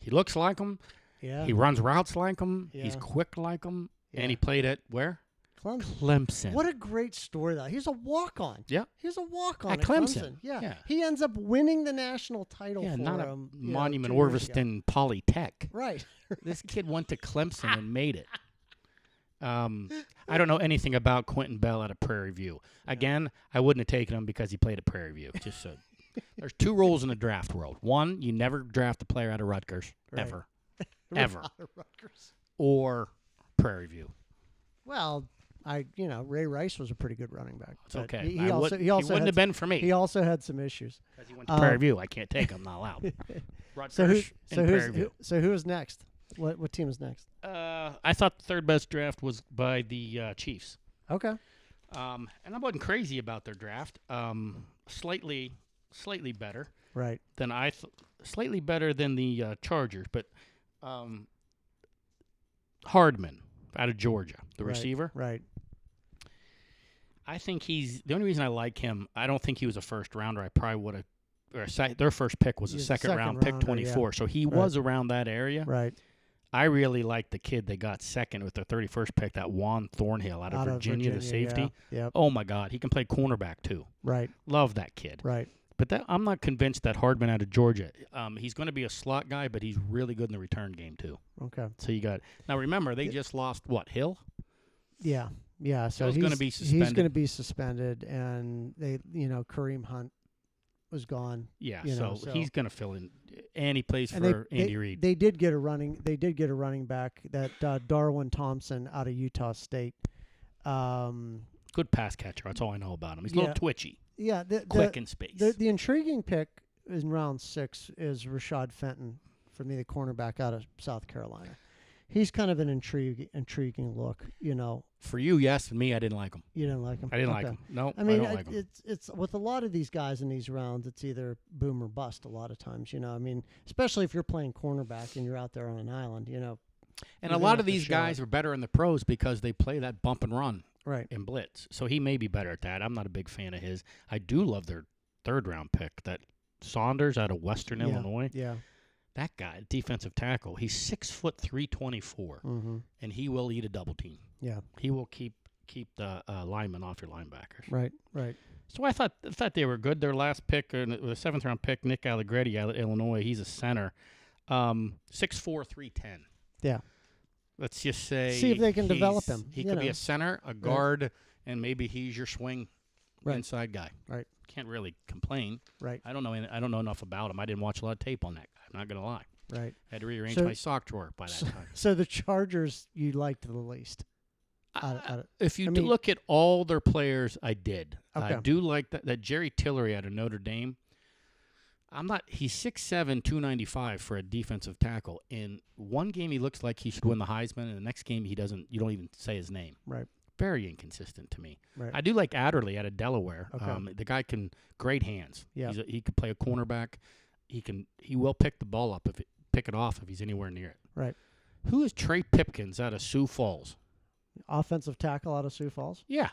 [SPEAKER 2] he looks like him.
[SPEAKER 1] yeah,
[SPEAKER 2] He runs routes like him. He's
[SPEAKER 1] Yeah.
[SPEAKER 2] quick like him.
[SPEAKER 1] Yeah.
[SPEAKER 2] And he played at where?
[SPEAKER 1] Clemson.
[SPEAKER 2] Clemson.
[SPEAKER 1] What a great story though. He's a walk on.
[SPEAKER 2] Yeah.
[SPEAKER 1] He's a walk on
[SPEAKER 2] At
[SPEAKER 1] at,
[SPEAKER 2] Clemson.
[SPEAKER 1] Yeah.
[SPEAKER 2] Yeah.
[SPEAKER 1] He ends up winning the national title
[SPEAKER 2] yeah,
[SPEAKER 1] for
[SPEAKER 2] not a
[SPEAKER 1] him. you know,
[SPEAKER 2] Monument
[SPEAKER 1] two years ago.
[SPEAKER 2] Orveston Polytech.
[SPEAKER 1] Right.
[SPEAKER 2] This kid went to Clemson and made it. Um, I don't know anything about Quentin Bell out of Prairie View. Again, I wouldn't have taken him because he played at Prairie View. Just so there's two rules in the draft world. One, you never draft a player out of Rutgers
[SPEAKER 1] Right.
[SPEAKER 2] ever, ever,
[SPEAKER 1] Rutgers.
[SPEAKER 2] or Prairie View.
[SPEAKER 1] Well, I you know Ray Rice was a pretty good running back.
[SPEAKER 2] It's
[SPEAKER 1] but
[SPEAKER 2] okay.
[SPEAKER 1] He,
[SPEAKER 2] I
[SPEAKER 1] he also
[SPEAKER 2] would,
[SPEAKER 1] he also
[SPEAKER 2] wouldn't
[SPEAKER 1] had
[SPEAKER 2] have been for me
[SPEAKER 1] He also had some issues.
[SPEAKER 2] 'cause he went to
[SPEAKER 1] um,
[SPEAKER 2] Prairie View. I can't take him. I'm not allowed. Rutgers
[SPEAKER 1] So who? So
[SPEAKER 2] and
[SPEAKER 1] who's
[SPEAKER 2] Prairie View.
[SPEAKER 1] who, so who is next? What what team is next?
[SPEAKER 2] Uh, I thought the third best draft was by the uh, Chiefs.
[SPEAKER 1] Okay.
[SPEAKER 2] Um, and I wasn't crazy about their draft. Um, slightly, slightly better
[SPEAKER 1] Right.
[SPEAKER 2] than I, th- slightly better than the uh, Chargers. But um, Hardman out of Georgia, the
[SPEAKER 1] Right.
[SPEAKER 2] receiver.
[SPEAKER 1] Right.
[SPEAKER 2] I think he's the only reason I like him. I don't think he was a first rounder. I probably would have. Or a sec- their first pick was a
[SPEAKER 1] Yeah,
[SPEAKER 2] second,
[SPEAKER 1] second
[SPEAKER 2] round pick,
[SPEAKER 1] rounder,
[SPEAKER 2] twenty
[SPEAKER 1] yeah.
[SPEAKER 2] four. So he
[SPEAKER 1] Right.
[SPEAKER 2] was around that area.
[SPEAKER 1] Right.
[SPEAKER 2] I really like the kid they got second with their thirty first pick, that Juan Thornhill out of, Virginia, the safety.
[SPEAKER 1] Yeah. Yep.
[SPEAKER 2] Oh my God, he can play cornerback too.
[SPEAKER 1] Right.
[SPEAKER 2] Love that kid.
[SPEAKER 1] Right.
[SPEAKER 2] But that, I'm not convinced that Hardman out of Georgia. Um, he's going to be a slot guy, but he's really good in the return game too.
[SPEAKER 1] Okay.
[SPEAKER 2] So you got now. Remember, they just lost what Hill.
[SPEAKER 1] Yeah. Yeah. So,
[SPEAKER 2] So he's gonna be
[SPEAKER 1] He's
[SPEAKER 2] suspended.
[SPEAKER 1] going to be suspended, and they, you know, Kareem Hunt was gone,
[SPEAKER 2] Yeah,
[SPEAKER 1] You
[SPEAKER 2] so,
[SPEAKER 1] know, so-
[SPEAKER 2] he's going to fill in, and he plays
[SPEAKER 1] and
[SPEAKER 2] for
[SPEAKER 1] they,
[SPEAKER 2] Andy
[SPEAKER 1] they,
[SPEAKER 2] Reid.
[SPEAKER 1] they did get a running. They did get a running back that uh, Darwin Thompson out of Utah State. Um.
[SPEAKER 2] Good pass catcher. That's all I know about him. He's a
[SPEAKER 1] Yeah.
[SPEAKER 2] little twitchy,
[SPEAKER 1] Yeah. The, the,
[SPEAKER 2] quick in space.
[SPEAKER 1] The, the intriguing pick in round six is Rashad Fenton, for me, the cornerback out of South Carolina. He's kind of an intrigue, intriguing look. You know,
[SPEAKER 2] for you, yes. And me, I didn't like him.
[SPEAKER 1] you didn't like him.
[SPEAKER 2] I didn't like
[SPEAKER 1] Okay.
[SPEAKER 2] him. No,
[SPEAKER 1] I mean,
[SPEAKER 2] don't
[SPEAKER 1] I-
[SPEAKER 2] like him.
[SPEAKER 1] it's it's with a lot of these guys in these rounds, it's either boom or bust. A lot of times, you know, I mean, especially if you're playing cornerback and you're out there on an island, you know,
[SPEAKER 2] and
[SPEAKER 1] you're
[SPEAKER 2] a
[SPEAKER 1] gonna
[SPEAKER 2] lot
[SPEAKER 1] have
[SPEAKER 2] of
[SPEAKER 1] to
[SPEAKER 2] these
[SPEAKER 1] show
[SPEAKER 2] guys are better in the pros because they play that bump and run
[SPEAKER 1] right?
[SPEAKER 2] and blitz. So he may be better at that. I'm not a big fan of his. I do love their third round pick, that Saunders out of Western
[SPEAKER 1] Yeah.
[SPEAKER 2] Illinois.
[SPEAKER 1] Yeah.
[SPEAKER 2] That guy, defensive tackle, he's six foot three twenty four,
[SPEAKER 1] Mm-hmm.
[SPEAKER 2] and he will eat a double team.
[SPEAKER 1] Yeah.
[SPEAKER 2] He will keep keep the uh, linemen off your linebackers.
[SPEAKER 1] Right. Right.
[SPEAKER 2] So I thought I thought they were good. Their last pick, or the seventh round pick, Nick Allegretti out of Illinois. He's a center, um, six four three ten.
[SPEAKER 1] Yeah.
[SPEAKER 2] Let's just say
[SPEAKER 1] See if they can develop
[SPEAKER 2] he's-
[SPEAKER 1] him,
[SPEAKER 2] He
[SPEAKER 1] you
[SPEAKER 2] could be
[SPEAKER 1] know.
[SPEAKER 2] a center, a guard, and maybe he's your swing
[SPEAKER 1] Right.
[SPEAKER 2] inside guy.
[SPEAKER 1] Right.
[SPEAKER 2] Can't really complain.
[SPEAKER 1] Right.
[SPEAKER 2] I don't know. any- I don't know enough about him. I didn't watch a lot of tape on that. guy. I'm not gonna lie.
[SPEAKER 1] Right.
[SPEAKER 2] I had to rearrange
[SPEAKER 1] So-
[SPEAKER 2] my sock drawer by that
[SPEAKER 1] so-
[SPEAKER 2] time.
[SPEAKER 1] So the Chargers you liked the least. I, I,
[SPEAKER 2] Uh, If you
[SPEAKER 1] I
[SPEAKER 2] do
[SPEAKER 1] mean-
[SPEAKER 2] look at all their players, I did. I
[SPEAKER 1] Okay.
[SPEAKER 2] do like that, that Jerry Tillery out of Notre Dame. I'm not. He's 6'7", 295 for a defensive tackle. In one game, he looks like he should win the Heisman, and the next game, he doesn't. You don't even say his name.
[SPEAKER 1] Right.
[SPEAKER 2] Very inconsistent to me.
[SPEAKER 1] Right.
[SPEAKER 2] I do like Adderley out of Delaware.
[SPEAKER 1] Okay.
[SPEAKER 2] Um, the guy can great hands.
[SPEAKER 1] Yeah.
[SPEAKER 2] He's a, he could play a cornerback. He can. He will pick the ball up if it, pick it off if he's anywhere near it.
[SPEAKER 1] Right.
[SPEAKER 2] Who is Trey Pipkins out of Sioux Falls?
[SPEAKER 1] offensive tackle out of Sioux Falls.
[SPEAKER 2] Yeah.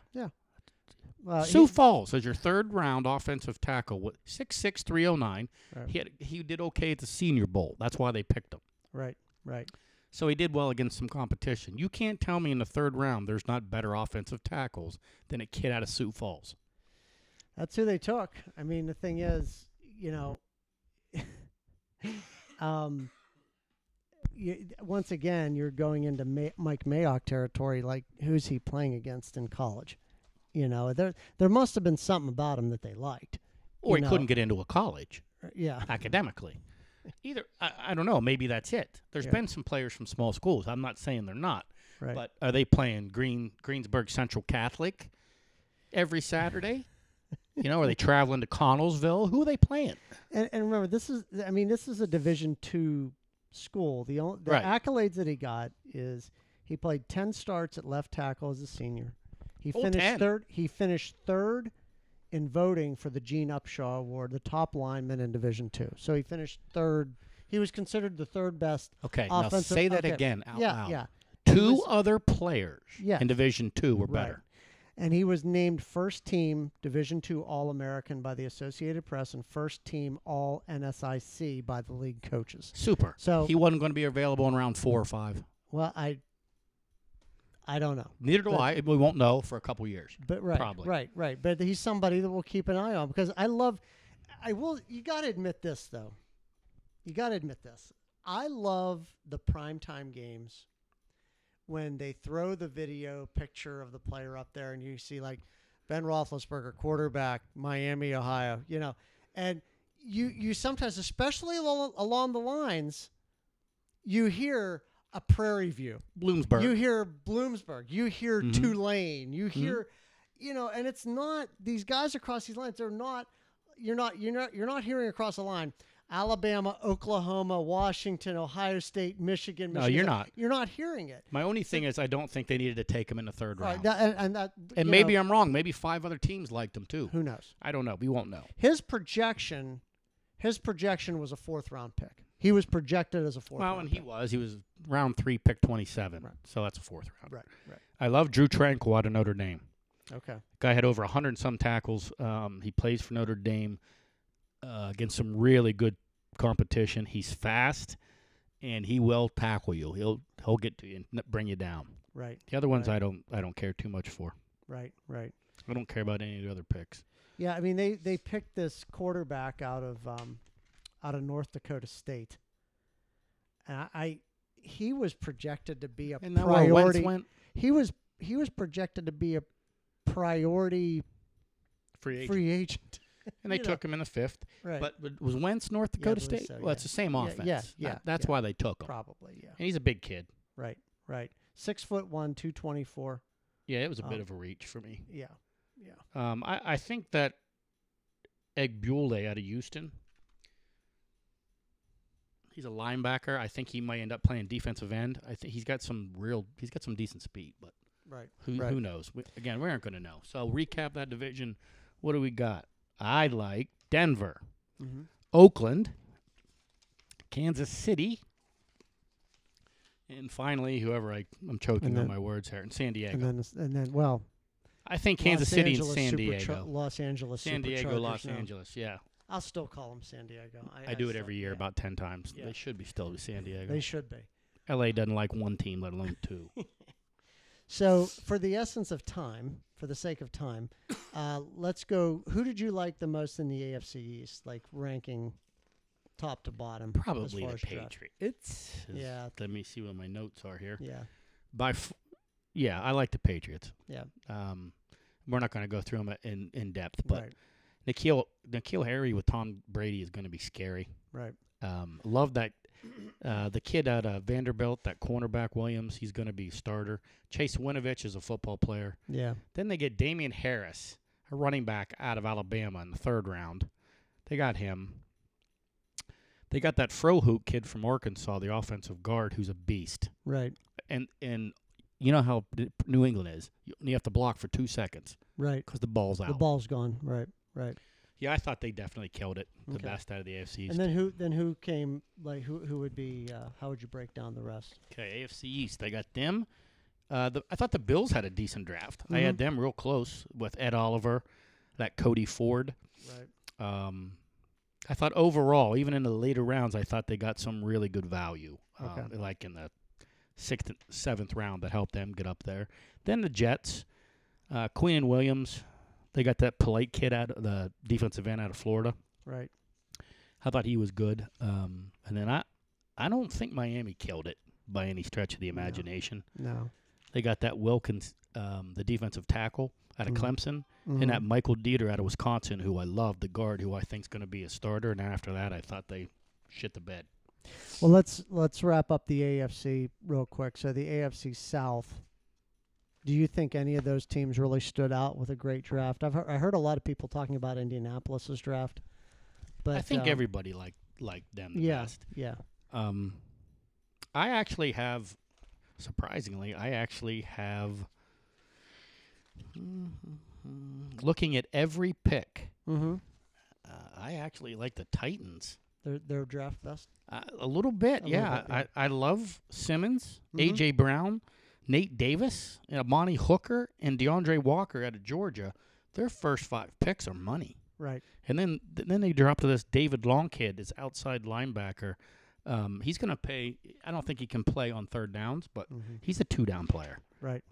[SPEAKER 1] Uh,
[SPEAKER 2] Sioux
[SPEAKER 1] he-
[SPEAKER 2] Falls is your third round offensive tackle with six six three oh nine.
[SPEAKER 1] Right.
[SPEAKER 2] He had, he did okay at the Senior Bowl. That's why they picked him.
[SPEAKER 1] right, right.
[SPEAKER 2] So he did well against some competition. You can't tell me in the third round there's not better offensive tackles than a kid out of Sioux Falls.
[SPEAKER 1] That's who they took. I mean, the thing is, you know, um, you, once again, you're going into May- Mike Mayock territory. Like, who's he playing against in college? You know, there there must have been something about him that they liked.
[SPEAKER 2] Or
[SPEAKER 1] You
[SPEAKER 2] he
[SPEAKER 1] know.
[SPEAKER 2] couldn't get into a college.
[SPEAKER 1] Yeah,
[SPEAKER 2] academically. Either I, I don't know. Maybe that's it. There's
[SPEAKER 1] Yeah.
[SPEAKER 2] been some players from small schools. I'm not saying they're not,
[SPEAKER 1] right.
[SPEAKER 2] but are they playing Green Greensburg Central Catholic every Saturday? you know, are they traveling to Connellsville? Who are they playing?
[SPEAKER 1] and, and remember, this is I mean, this is a Division two school. The only the
[SPEAKER 2] Right.
[SPEAKER 1] accolades that he got is he played ten starts at left tackle as a senior. He
[SPEAKER 2] Oh,
[SPEAKER 1] finished
[SPEAKER 2] 10.
[SPEAKER 1] third. He finished third in voting for the Gene Upshaw Award, the top lineman in Division two. So he finished third. He was considered the third best.
[SPEAKER 2] Okay, now
[SPEAKER 1] Offensive-
[SPEAKER 2] say that
[SPEAKER 1] okay.
[SPEAKER 2] again out
[SPEAKER 1] yeah,
[SPEAKER 2] loud.
[SPEAKER 1] yeah.
[SPEAKER 2] Two
[SPEAKER 1] was-
[SPEAKER 2] other players
[SPEAKER 1] Yeah.
[SPEAKER 2] in Division Two were
[SPEAKER 1] Right.
[SPEAKER 2] better.
[SPEAKER 1] And he was named first team Division two All American by the Associated Press and first team All NSIC by the league coaches.
[SPEAKER 2] Super.
[SPEAKER 1] So-
[SPEAKER 2] he wasn't going to be available in round four or five.
[SPEAKER 1] Well, I I don't know.
[SPEAKER 2] Neither do
[SPEAKER 1] But-
[SPEAKER 2] I. We won't know for a couple years.
[SPEAKER 1] But right,
[SPEAKER 2] Probably.
[SPEAKER 1] right, right. But he's somebody that we'll keep an eye on because I love I will you got to admit this though. You got to admit this. I love the primetime games when they throw the video picture of the player up there and you see like Ben Roethlisberger quarterback Miami Ohio, you know. And you you sometimes especially al- along the lines you hear a prairie view.
[SPEAKER 2] Bloomsburg.
[SPEAKER 1] You hear Bloomsburg. You hear
[SPEAKER 2] Mhm.
[SPEAKER 1] Tulane. You hear, you know, and it's not these guys across these lines. They're not. You're not. You're not. You're not hearing across the line. Alabama, Oklahoma, Washington, Ohio State, Michigan.
[SPEAKER 2] No,
[SPEAKER 1] Michigan
[SPEAKER 2] you're
[SPEAKER 1] State.
[SPEAKER 2] not.
[SPEAKER 1] You're not hearing it.
[SPEAKER 2] My only thing is I don't think they needed to take him in the third
[SPEAKER 1] Right.
[SPEAKER 2] round.
[SPEAKER 1] that- and, and that.
[SPEAKER 2] And
[SPEAKER 1] you
[SPEAKER 2] maybe
[SPEAKER 1] know,
[SPEAKER 2] I'm wrong. Maybe five other teams liked him too.
[SPEAKER 1] who knows?
[SPEAKER 2] I don't know. We won't know.
[SPEAKER 1] His projection. His projection was a fourth round pick. He was projected as a fourth.
[SPEAKER 2] Well,
[SPEAKER 1] round
[SPEAKER 2] and he
[SPEAKER 1] pick.
[SPEAKER 2] was. He was round three, pick 27.
[SPEAKER 1] Right.
[SPEAKER 2] So that's a fourth round.
[SPEAKER 1] Right. Right.
[SPEAKER 2] I love Drew Tranquil out of Notre Dame.
[SPEAKER 1] Okay.
[SPEAKER 2] Guy had over 100 and some tackles. Um, he plays for Notre Dame uh, against some really good competition. He's fast, and he will tackle you. He'll he'll get to you and n- bring you down.
[SPEAKER 1] Right.
[SPEAKER 2] The other ones
[SPEAKER 1] Right.
[SPEAKER 2] I don't I don't care too much for.
[SPEAKER 1] Right. Right.
[SPEAKER 2] I don't care about any of the other picks.
[SPEAKER 1] Yeah, I mean they they picked this quarterback out of um, out of North Dakota State, and I, I he was projected to be a
[SPEAKER 2] And that where Wentz
[SPEAKER 1] priority.
[SPEAKER 2] went
[SPEAKER 1] He was he was projected to be a priority
[SPEAKER 2] free agent,
[SPEAKER 1] free agent.
[SPEAKER 2] and they
[SPEAKER 1] you know.
[SPEAKER 2] took him in the fifth.
[SPEAKER 1] Right,
[SPEAKER 2] But w- was Wentz North
[SPEAKER 1] I
[SPEAKER 2] Dakota
[SPEAKER 1] believe
[SPEAKER 2] State?
[SPEAKER 1] so,
[SPEAKER 2] well,
[SPEAKER 1] yeah.
[SPEAKER 2] it's the same
[SPEAKER 1] Yeah,
[SPEAKER 2] offense.
[SPEAKER 1] yeah, yeah,
[SPEAKER 2] That, that's
[SPEAKER 1] yeah.
[SPEAKER 2] why they took him.
[SPEAKER 1] probably yeah.
[SPEAKER 2] And he's a big kid.
[SPEAKER 1] Right, right. Six foot one, two twenty four.
[SPEAKER 2] Yeah, it was a bit
[SPEAKER 1] Um,
[SPEAKER 2] of a reach for me.
[SPEAKER 1] Yeah,
[SPEAKER 2] Um, I, I think that Egbule out of Houston. He's a linebacker. I think he might end up playing defensive end. I think he's got some real. He's got some decent speed, but
[SPEAKER 1] right.
[SPEAKER 2] who
[SPEAKER 1] Right.
[SPEAKER 2] who knows? We, again, we aren't going to know. So recap that division. What do we got? I like Denver,
[SPEAKER 1] Mm-hmm.
[SPEAKER 2] Oakland, Kansas City, and finally, whoever I, I'm choking
[SPEAKER 1] And
[SPEAKER 2] on
[SPEAKER 1] then-
[SPEAKER 2] my words here, in San Diego.
[SPEAKER 1] And then this- and then well,
[SPEAKER 2] I think Kansas
[SPEAKER 1] Los
[SPEAKER 2] City
[SPEAKER 1] Angeles
[SPEAKER 2] and San
[SPEAKER 1] Super
[SPEAKER 2] Diego.
[SPEAKER 1] Char- Los Angeles,
[SPEAKER 2] San
[SPEAKER 1] Super
[SPEAKER 2] Diego,
[SPEAKER 1] Chargers
[SPEAKER 2] Los
[SPEAKER 1] now.
[SPEAKER 2] Angeles. Yeah,
[SPEAKER 1] I'll still call them San Diego. I,
[SPEAKER 2] I, do it
[SPEAKER 1] still-
[SPEAKER 2] every year
[SPEAKER 1] yeah.
[SPEAKER 2] about ten times.
[SPEAKER 1] Yeah.
[SPEAKER 2] They should be still with San Diego.
[SPEAKER 1] They should be.
[SPEAKER 2] LA doesn't like one team, let alone two.
[SPEAKER 1] So, for the essence of time, for the sake of time, uh, let's go. Who did you like the most in the AFC East, like ranking top to bottom? as
[SPEAKER 2] Probably
[SPEAKER 1] far
[SPEAKER 2] the
[SPEAKER 1] as draft?
[SPEAKER 2] Patriots.
[SPEAKER 1] Yeah.
[SPEAKER 2] Let me see what my notes are here.
[SPEAKER 1] Yeah,
[SPEAKER 2] By, f- yeah, I like the Patriots.
[SPEAKER 1] Yeah.
[SPEAKER 2] Um, we're not going to go through them in in depth, but
[SPEAKER 1] right,
[SPEAKER 2] Nikhil Nikhil Harry with Tom Brady is going to be scary.
[SPEAKER 1] right.
[SPEAKER 2] Um, love that. Uh, the kid out of Vanderbilt, that cornerback Williams, he's going to be starter. Chase Winovich is a football player.
[SPEAKER 1] Yeah.
[SPEAKER 2] Then they get Damian Harris, a running back out of Alabama in the third round. They got him. They got that Frohook kid from Arkansas, the offensive guard, who's a beast.
[SPEAKER 1] Right.
[SPEAKER 2] And and you know how d- New England is. You you have to block for two seconds
[SPEAKER 1] Right.
[SPEAKER 2] because the ball's out.
[SPEAKER 1] The ball's gone. Right. Right.
[SPEAKER 2] yeah, I thought they definitely killed it. The
[SPEAKER 1] Okay.
[SPEAKER 2] best out of the AFC.
[SPEAKER 1] And then who then who came like who who would be uh, how would you break down the rest?
[SPEAKER 2] Okay, AFC East. They got them. Uh, the, I thought the Bills had a decent draft. I had
[SPEAKER 1] Mhm.
[SPEAKER 2] them real close with Ed Oliver, that Cody Ford.
[SPEAKER 1] Right.
[SPEAKER 2] Um, I thought overall, even in the later rounds, I thought they got some really good value,
[SPEAKER 1] Okay.
[SPEAKER 2] um, like in the sixth, and seventh round that helped them get up there. Then the Jets, uh, Quinn and Williams. They got that polite kid out of the defensive end out of Florida.
[SPEAKER 1] Right.
[SPEAKER 2] I thought he was good. Um, and then I, I don't think Miami killed it by any stretch of the
[SPEAKER 1] No.
[SPEAKER 2] imagination.
[SPEAKER 1] No.
[SPEAKER 2] They got that Wilkins, um, the defensive tackle out of
[SPEAKER 1] Mhm.
[SPEAKER 2] Clemson, and that Michael Dieter out of Wisconsin, who I love, the guard who I think's going to be a starter. And after that, I thought they shit the bed.
[SPEAKER 1] Well, let's let's wrap up the AFC real quick. So the AFC South. Do you think any of those teams really stood out with a great draft? I've heard, I heard a lot of people talking about Indianapolis's draft, but
[SPEAKER 2] I think
[SPEAKER 1] um,
[SPEAKER 2] everybody liked liked them the
[SPEAKER 1] yeah
[SPEAKER 2] best.
[SPEAKER 1] yeah
[SPEAKER 2] Um, I actually have, surprisingly, I actually have. mm-hmm, Looking at every pick,
[SPEAKER 1] mm-hmm.
[SPEAKER 2] uh, I actually like the Titans
[SPEAKER 1] their their draft best
[SPEAKER 2] Uh, a little
[SPEAKER 1] A
[SPEAKER 2] bit,
[SPEAKER 1] little
[SPEAKER 2] yeah.
[SPEAKER 1] bit, yeah.
[SPEAKER 2] I, I love Simmons,
[SPEAKER 1] Mhm.
[SPEAKER 2] AJ Brown, Nate Davis, and Amani Hooker, and DeAndre Walker out of Georgia. Their first five picks are money,
[SPEAKER 1] right
[SPEAKER 2] and then th- then they drop to this David Long kid, this outside linebacker. Um, he's gonna pay. I don't think he can play on third downs, but
[SPEAKER 1] mm-hmm.
[SPEAKER 2] he's a two down player.
[SPEAKER 1] right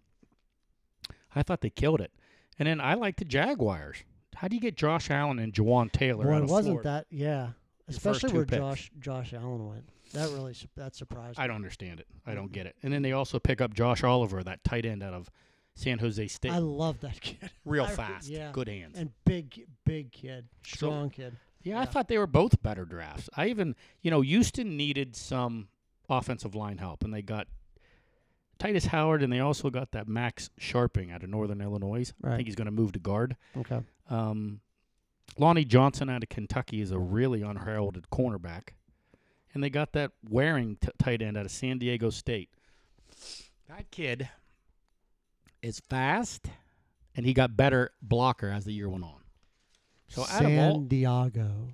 [SPEAKER 2] I thought they killed it, and then I like the Jaguars. How do you get Josh Allen and Jawan Taylor?
[SPEAKER 1] Boy,
[SPEAKER 2] out of
[SPEAKER 1] wasn't
[SPEAKER 2] Florida?
[SPEAKER 1] that yeah
[SPEAKER 2] first
[SPEAKER 1] especially
[SPEAKER 2] two
[SPEAKER 1] where
[SPEAKER 2] picks.
[SPEAKER 1] Josh Josh Allen went that really su- that surprised
[SPEAKER 2] I
[SPEAKER 1] me.
[SPEAKER 2] don't understand it. I don't get it. And then they also pick up Josh Oliver, that tight end out of San Jose State,
[SPEAKER 1] I love that kid
[SPEAKER 2] real
[SPEAKER 1] I-
[SPEAKER 2] fast,
[SPEAKER 1] yeah.
[SPEAKER 2] good hands.
[SPEAKER 1] and big big kid
[SPEAKER 2] So-
[SPEAKER 1] strong kid
[SPEAKER 2] yeah, I
[SPEAKER 1] yeah.
[SPEAKER 2] thought they were both better drafts. I even, you know, Houston needed some offensive line help, and they got Titus Howard, and they also got that Max Sharping out of Northern Illinois. I
[SPEAKER 1] Right.
[SPEAKER 2] think he's going to move to guard.
[SPEAKER 1] okay
[SPEAKER 2] Um, Lonnie Johnson out of Kentucky is a really unheralded cornerback, and they got that Waring t- tight end out of San Diego State. That kid is fast, and he got better blocker as the year went on. So out
[SPEAKER 1] San
[SPEAKER 2] of all,
[SPEAKER 1] Diego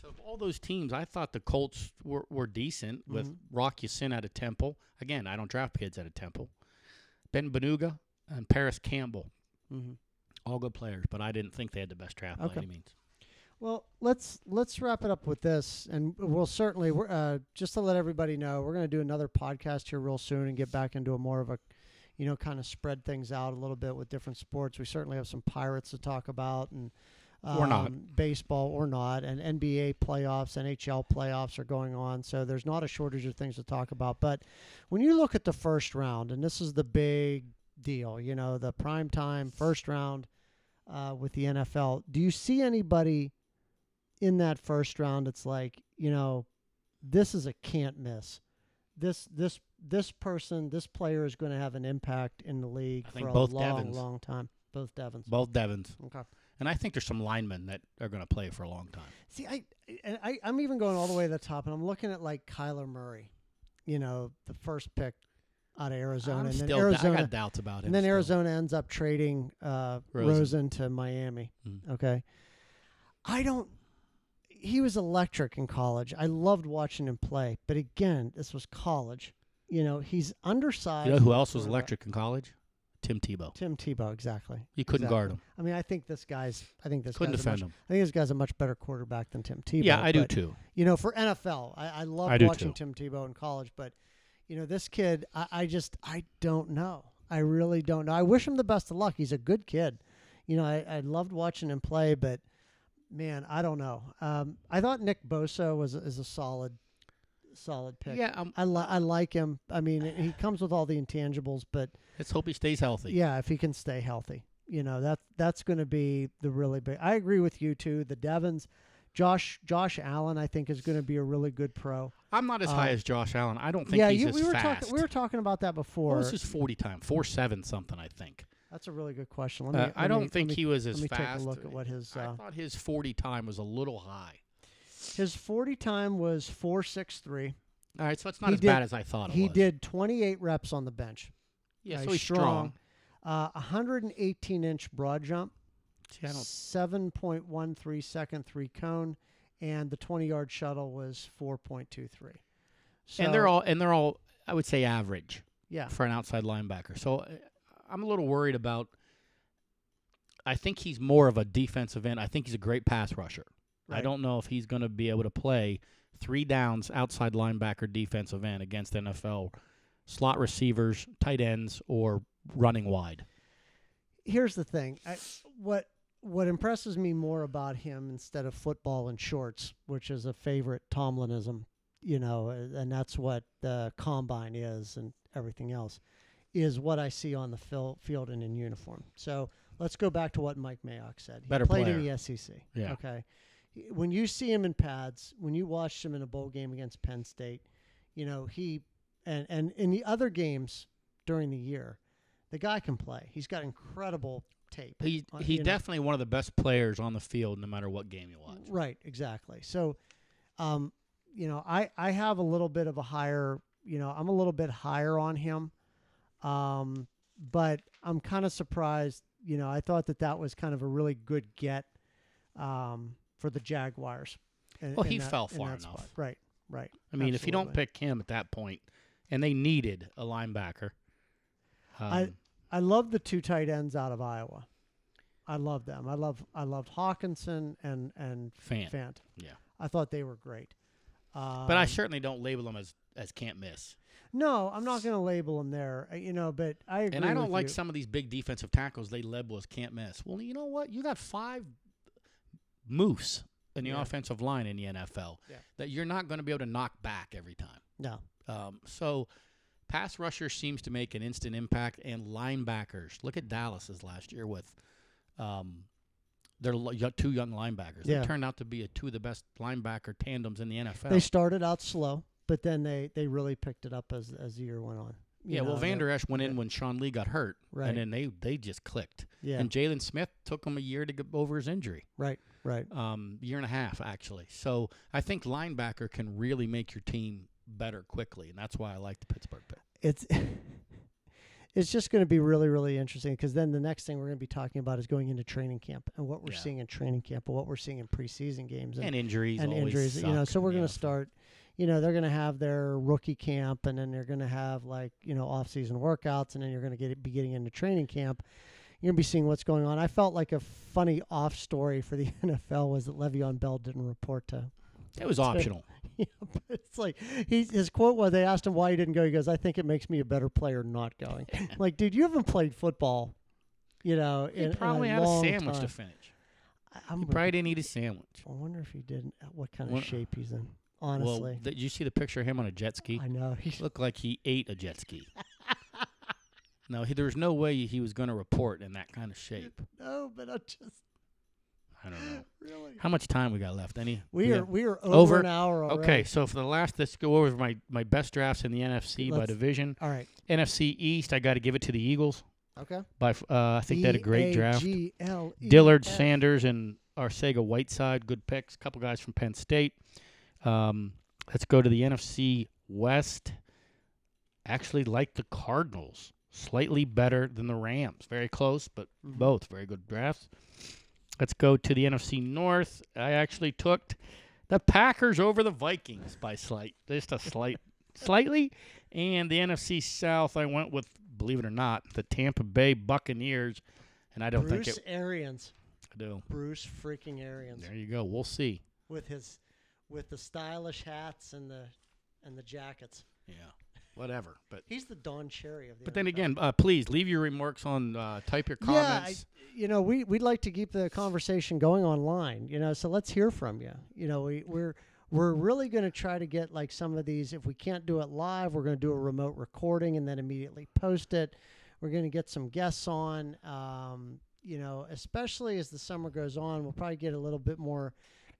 [SPEAKER 2] so of all those teams, I thought the Colts were, were decent with
[SPEAKER 1] Mhm.
[SPEAKER 2] Rocky Sin out of Temple. Again, I don't draft kids out of Temple. Ben Benuga and Paris Campbell,
[SPEAKER 1] mm-hmm.
[SPEAKER 2] all good players, but I didn't think they had the best draft
[SPEAKER 1] Okay.
[SPEAKER 2] by any means.
[SPEAKER 1] Well, let's let's wrap it up with this, and we'll certainly we're, uh, just to let everybody know we're going to do another podcast here real soon and get back into a more of a, you know, kind of spread things out a little bit with different sports. We certainly have some Pirates to talk about and. Um,
[SPEAKER 2] Or not.
[SPEAKER 1] baseball or not, and NBA playoffs, NHL playoffs are going on, so there's not a shortage of things to talk about. But when you look at the first round, and this is the big deal, you know, the prime time first round uh, with the NFL. Do you see anybody in that first round? It's like you know, this is a can't miss. This this this person, this player is going to have an impact in the league
[SPEAKER 2] I
[SPEAKER 1] for
[SPEAKER 2] think
[SPEAKER 1] a
[SPEAKER 2] both
[SPEAKER 1] long,
[SPEAKER 2] Devons.
[SPEAKER 1] long time. Both Devons.
[SPEAKER 2] Both Devons.
[SPEAKER 1] Okay.
[SPEAKER 2] And I think there's some linemen that are going to play for a long time.
[SPEAKER 1] See, I, I- I I'm even going all the way to the top, and I'm looking at like Kyler Murray, you know, the first pick out of Arizona,
[SPEAKER 2] I'm
[SPEAKER 1] and then
[SPEAKER 2] still,
[SPEAKER 1] Arizona,
[SPEAKER 2] I got doubts about him.
[SPEAKER 1] and then
[SPEAKER 2] still.
[SPEAKER 1] Arizona ends up trading uh, Rosen.
[SPEAKER 2] Rosen.
[SPEAKER 1] to Miami.
[SPEAKER 2] Mm.
[SPEAKER 1] Okay, I don't. He was electric in college. I loved watching him play, but again, this was college. You know, he's undersized.
[SPEAKER 2] You know who else was
[SPEAKER 1] quarterback.
[SPEAKER 2] electric in college? Tim Tebow.
[SPEAKER 1] Tim Tebow, exactly.
[SPEAKER 2] You couldn't
[SPEAKER 1] Exactly.
[SPEAKER 2] guard him.
[SPEAKER 1] I mean, I think this guy's. I think this
[SPEAKER 2] couldn't
[SPEAKER 1] guy's a
[SPEAKER 2] defend
[SPEAKER 1] much,
[SPEAKER 2] him.
[SPEAKER 1] I think this guy's a much better quarterback than Tim Tebow.
[SPEAKER 2] yeah, I do
[SPEAKER 1] but-
[SPEAKER 2] too.
[SPEAKER 1] you know, for NFL, I, I love
[SPEAKER 2] I do
[SPEAKER 1] watching Tim Tebow in college, but you know, this kid, I, I just, I don't know. I really don't know. I wish him the best of luck. He's a good kid. You know, I, I loved watching him play, but man, I don't know. Um, I thought Nick Bosa was is a solid, solid pick.
[SPEAKER 2] Yeah, um,
[SPEAKER 1] I, li- I like him. I mean, he comes with all the intangibles, but
[SPEAKER 2] let's hope he stays healthy.
[SPEAKER 1] yeah, if he can stay healthy, you know that that's going to be the really big. I agree with you too. The Devons, Josh Josh Allen, I think, is going to be a really good pro.
[SPEAKER 2] I'm not as high
[SPEAKER 1] Uh,
[SPEAKER 2] as Josh Allen. I don't think
[SPEAKER 1] Yeah,
[SPEAKER 2] he's
[SPEAKER 1] you,
[SPEAKER 2] as
[SPEAKER 1] we were
[SPEAKER 2] fast.
[SPEAKER 1] talking we were talking about that
[SPEAKER 2] what
[SPEAKER 1] before.
[SPEAKER 2] was his 40 time? 4 7 something, I think.
[SPEAKER 1] That's a really good question. Let
[SPEAKER 2] Uh,
[SPEAKER 1] me,
[SPEAKER 2] I
[SPEAKER 1] let
[SPEAKER 2] don't
[SPEAKER 1] me- let
[SPEAKER 2] think
[SPEAKER 1] me-
[SPEAKER 2] he was
[SPEAKER 1] Let
[SPEAKER 2] as
[SPEAKER 1] me
[SPEAKER 2] fast.
[SPEAKER 1] take a look at what his
[SPEAKER 2] I
[SPEAKER 1] uh,
[SPEAKER 2] thought his 40 time was a little high.
[SPEAKER 1] his forty time was four six three.
[SPEAKER 2] All right, so it's not
[SPEAKER 1] He
[SPEAKER 2] as
[SPEAKER 1] did-
[SPEAKER 2] bad as I thought it
[SPEAKER 1] He
[SPEAKER 2] was.
[SPEAKER 1] did twenty eight reps on the bench.
[SPEAKER 2] Yeah,
[SPEAKER 1] Uh,
[SPEAKER 2] so he's
[SPEAKER 1] strong.
[SPEAKER 2] strong.
[SPEAKER 1] Uh, 118 inch broad jump,
[SPEAKER 2] See, I don't
[SPEAKER 1] 7.13 second three cone, and the 20 yard shuttle was 4.23. So,
[SPEAKER 2] and they're all and they're all I would say average
[SPEAKER 1] yeah.
[SPEAKER 2] for an outside linebacker. So uh, I'm a little worried about. I think he's more of a defensive end. I think he's a great pass rusher. I
[SPEAKER 1] Right.
[SPEAKER 2] don't know if he's going to be able to play three downs outside linebacker defensive end against NFL slot receivers, tight ends, or running wide.
[SPEAKER 1] Here's the thing. I, what what impresses me more about him instead of football and shorts, which is a favorite Tomlinism, you know, uh, and that's what the combine is and everything else, is what I see on the fil- field and in uniform. So let's go back to what Mike Mayock said. He
[SPEAKER 2] Better
[SPEAKER 1] played in the SEC.
[SPEAKER 2] Yeah.
[SPEAKER 1] Okay. He- When you see him in pads, when you watch him in a bowl game against Penn State, you know, he and and in the other games during the year, the guy can play. He's got incredible tape.
[SPEAKER 2] He,
[SPEAKER 1] Uh,
[SPEAKER 2] he's
[SPEAKER 1] you know.
[SPEAKER 2] definitely one of the best players on the field, no matter what game you watch.
[SPEAKER 1] Right, exactly. So, um, you know, I I have a little bit of a higher, you know, I'm a little bit higher on him, um, but I'm kind of surprised. You know, I thought that that was kind of a really good get um, for the Jaguars. in-
[SPEAKER 2] Well,
[SPEAKER 1] in
[SPEAKER 2] Oh, he
[SPEAKER 1] that-
[SPEAKER 2] fell
[SPEAKER 1] in
[SPEAKER 2] far
[SPEAKER 1] that spot.
[SPEAKER 2] enough.
[SPEAKER 1] Right, right.
[SPEAKER 2] I mean, if you don't
[SPEAKER 1] absolutely.
[SPEAKER 2] pick him at that point, and they needed a linebacker, um,
[SPEAKER 1] I- I love the two tight ends out of Iowa. I love them. I love I loved Hawkinson and and
[SPEAKER 2] fan.
[SPEAKER 1] Fant.
[SPEAKER 2] Yeah.
[SPEAKER 1] I thought they were great. Um,
[SPEAKER 2] But I certainly don't label him as as can't miss.
[SPEAKER 1] No, I'm not going to label him there. uh, You know, but I agree.
[SPEAKER 2] And I don't
[SPEAKER 1] with
[SPEAKER 2] like
[SPEAKER 1] you.
[SPEAKER 2] some of these big defensive tackles they label as can't miss. Well, you know what? You got five moose in the
[SPEAKER 1] Yeah.
[SPEAKER 2] offensive line in the NFL
[SPEAKER 1] Yeah.
[SPEAKER 2] that you're not going to be able to knock back every time.
[SPEAKER 1] No,
[SPEAKER 2] Um, so pass rusher seems to make an instant impact, and linebackers. Look at Dallas's last year with um, their lo- yo- two young linebackers.
[SPEAKER 1] Yeah.
[SPEAKER 2] They turned out to be a, two of the best linebacker tandems in the NFL.
[SPEAKER 1] they started out slow, but then they they really picked it up as as the year went on. You
[SPEAKER 2] yeah, well,
[SPEAKER 1] know,
[SPEAKER 2] Van
[SPEAKER 1] that-
[SPEAKER 2] Der Esch went in
[SPEAKER 1] yeah.
[SPEAKER 2] when Sean Lee got hurt,
[SPEAKER 1] Right.
[SPEAKER 2] and then they they just clicked.
[SPEAKER 1] Yeah,
[SPEAKER 2] And Jalen Smith took him a year to get over his injury,
[SPEAKER 1] right, right.
[SPEAKER 2] um, year and a half actually. So I think linebacker can really make your team better quickly, and that's why I like the Pittsburgh pick.
[SPEAKER 1] It's it's just going to be really really interesting because then the next thing we're going to be talking about is going into training camp and what we're
[SPEAKER 2] Yeah.
[SPEAKER 1] seeing in training camp and what we're seeing in preseason games
[SPEAKER 2] And injuries,
[SPEAKER 1] and
[SPEAKER 2] always
[SPEAKER 1] injuries. You know,
[SPEAKER 2] suck
[SPEAKER 1] so
[SPEAKER 2] in
[SPEAKER 1] we're
[SPEAKER 2] the
[SPEAKER 1] going to
[SPEAKER 2] NFL.
[SPEAKER 1] start. You know, they're going to have their rookie camp, and then they're going to have like you know off-season workouts, and then you're going to get be getting into training camp. You're going to be seeing what's going on. I felt like a funny off story for the NFL was that Le'Veon Bell didn't report to.
[SPEAKER 2] It was optional.
[SPEAKER 1] Yeah, but it's like he, his quote was they asked him why he didn't go. He goes, "I think it makes me a better player not going." like, dude, you haven't played football. You know,
[SPEAKER 2] He
[SPEAKER 1] in, in
[SPEAKER 2] probably
[SPEAKER 1] a
[SPEAKER 2] had a
[SPEAKER 1] long
[SPEAKER 2] sandwich
[SPEAKER 1] time.
[SPEAKER 2] to finish.
[SPEAKER 1] I- I'm
[SPEAKER 2] He
[SPEAKER 1] with
[SPEAKER 2] probably didn't eat his sandwich.
[SPEAKER 1] you. I wonder if he didn't. What kind of
[SPEAKER 2] Wonder-
[SPEAKER 1] shape he's in? Honestly,
[SPEAKER 2] Well, did you see the picture of him on a jet ski?
[SPEAKER 1] I know. He's,
[SPEAKER 2] Looked like he ate a jet ski. no, he, there was no way he was going to report in that kind of shape.
[SPEAKER 1] no, but I just
[SPEAKER 2] I don't know.
[SPEAKER 1] really.
[SPEAKER 2] How much time we got left? Any?
[SPEAKER 1] We
[SPEAKER 2] got-
[SPEAKER 1] are we are over,
[SPEAKER 2] Over?
[SPEAKER 1] an hour already.
[SPEAKER 2] Okay, so for the last, let's go over my, my best drafts in the NFC by
[SPEAKER 1] Let's-
[SPEAKER 2] division.
[SPEAKER 1] All right.
[SPEAKER 2] NFC East, I got to give it to the Eagles.
[SPEAKER 1] Okay.
[SPEAKER 2] By f- uh, I think they had a great draft.
[SPEAKER 1] D-A-G-L-E-S.
[SPEAKER 2] Dillard, Sanders, and Arcega Whiteside, good picks. couple guys from Penn State. Um, let's go to the NFC West. Actually, like the Cardinals, slightly better than the Rams. Very close, but
[SPEAKER 1] Mhm.
[SPEAKER 2] both very good drafts. Let's go to the NFC North. I actually took the Packers over the Vikings by slight, just a slight, slightly. And the NFC South, I went with, believe it or not, the Tampa Bay Buccaneers. And I don't
[SPEAKER 1] Bruce
[SPEAKER 2] think it
[SPEAKER 1] Arians.
[SPEAKER 2] I do.
[SPEAKER 1] Bruce freaking Arians
[SPEAKER 2] There you go. We'll see.
[SPEAKER 1] with his with the stylish hats and the and the jackets.
[SPEAKER 2] Yeah. Whatever. But
[SPEAKER 1] He's the Don Cherry of the.
[SPEAKER 2] but then
[SPEAKER 1] NFL.
[SPEAKER 2] again, uh, please leave your remarks on. Uh, type your comments.
[SPEAKER 1] Yeah, I, you know, we we'd like to keep the conversation going online. You know, so let's hear from you. You know, we we're we're really going to try to get like some of these. If we can't do it live, we're going to do a remote recording and then immediately post it. We're going to get some guests on. Um, you know, especially as the summer goes on, we'll probably get a little bit more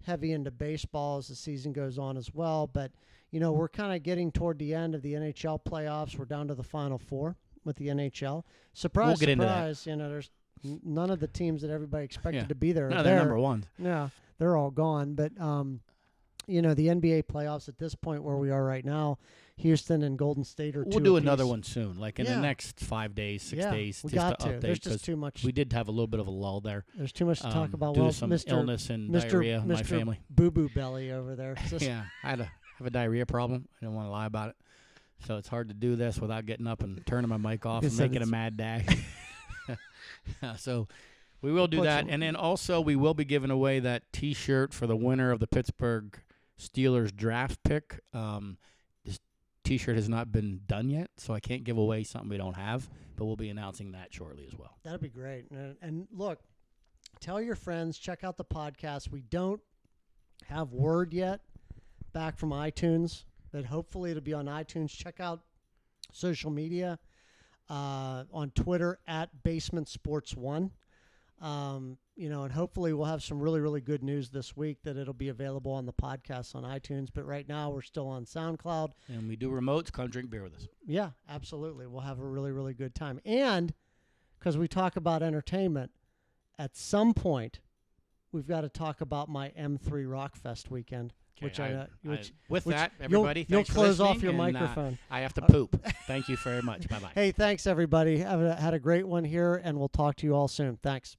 [SPEAKER 1] heavy into baseball as the season goes on as well. But, you know, we're kind of getting toward the end of the NHL playoffs. We're down to the final four with the NHL. Surprise,
[SPEAKER 2] We'll get into that.
[SPEAKER 1] surprise. You know, there's n- none of the teams that everybody expected
[SPEAKER 2] Yeah.
[SPEAKER 1] to be there. are
[SPEAKER 2] No, they're
[SPEAKER 1] there.
[SPEAKER 2] number one.
[SPEAKER 1] Yeah, they're all gone. But um, you know, the NBA playoffs at this point where we are right now, Houston and Golden State are.
[SPEAKER 2] We'll
[SPEAKER 1] two
[SPEAKER 2] do another
[SPEAKER 1] apiece.
[SPEAKER 2] one soon, like in
[SPEAKER 1] Yeah.
[SPEAKER 2] the next five days, six
[SPEAKER 1] yeah,
[SPEAKER 2] days,
[SPEAKER 1] we
[SPEAKER 2] just
[SPEAKER 1] got
[SPEAKER 2] to
[SPEAKER 1] to. There's
[SPEAKER 2] update
[SPEAKER 1] just
[SPEAKER 2] because
[SPEAKER 1] too much.
[SPEAKER 2] we did have a little bit of a lull there.
[SPEAKER 1] there's too much to
[SPEAKER 2] um,
[SPEAKER 1] talk about.
[SPEAKER 2] due
[SPEAKER 1] Well,
[SPEAKER 2] to some
[SPEAKER 1] Mr.
[SPEAKER 2] illness and
[SPEAKER 1] Mr.
[SPEAKER 2] diarrhea in my
[SPEAKER 1] Mr.
[SPEAKER 2] family.
[SPEAKER 1] Boo Boo Belly over there. Just-
[SPEAKER 2] Yeah, I had a have a diarrhea problem. I didn't want to lie about it, so it's hard to do this without getting up and turning my mic off
[SPEAKER 1] He
[SPEAKER 2] and
[SPEAKER 1] said
[SPEAKER 2] making a
[SPEAKER 1] it's-
[SPEAKER 2] mad dash. Uh, so we will do that,
[SPEAKER 1] Unfortunately.
[SPEAKER 2] and then also we will be giving away that T-shirt for the winner of the Pittsburgh Steelers draft pick. Um, this T-shirt has not been done yet, so I can't give away something we don't have, but we'll be announcing that shortly as well.
[SPEAKER 1] That'd be great. And, and look, tell your friends, check out the podcast. We don't have word yet back from iTunes, but hopefully it'll be on iTunes. Check out social media uh, on Twitter at Basement Sports One. Um, you know, and hopefully we'll have some really, really good news this week that it'll be available on the podcast on iTunes. But right now we're still on SoundCloud.
[SPEAKER 2] And we do remotes. Come drink beer with us.
[SPEAKER 1] Yeah, absolutely. We'll have a really, really good time. And because we talk about entertainment, at some point, we've got to talk about my M3 Rockfest weekend, which I, know. Which,
[SPEAKER 2] with
[SPEAKER 1] which
[SPEAKER 2] that,
[SPEAKER 1] you'll-
[SPEAKER 2] everybody,
[SPEAKER 1] you'll,
[SPEAKER 2] thanks for
[SPEAKER 1] close off
[SPEAKER 2] listening,
[SPEAKER 1] your
[SPEAKER 2] and, uh,
[SPEAKER 1] microphone.
[SPEAKER 2] I have to poop. Thank you very much. Bye bye.
[SPEAKER 1] hey, thanks everybody. Have a, had a great one here, and we'll talk to you all soon. Thanks.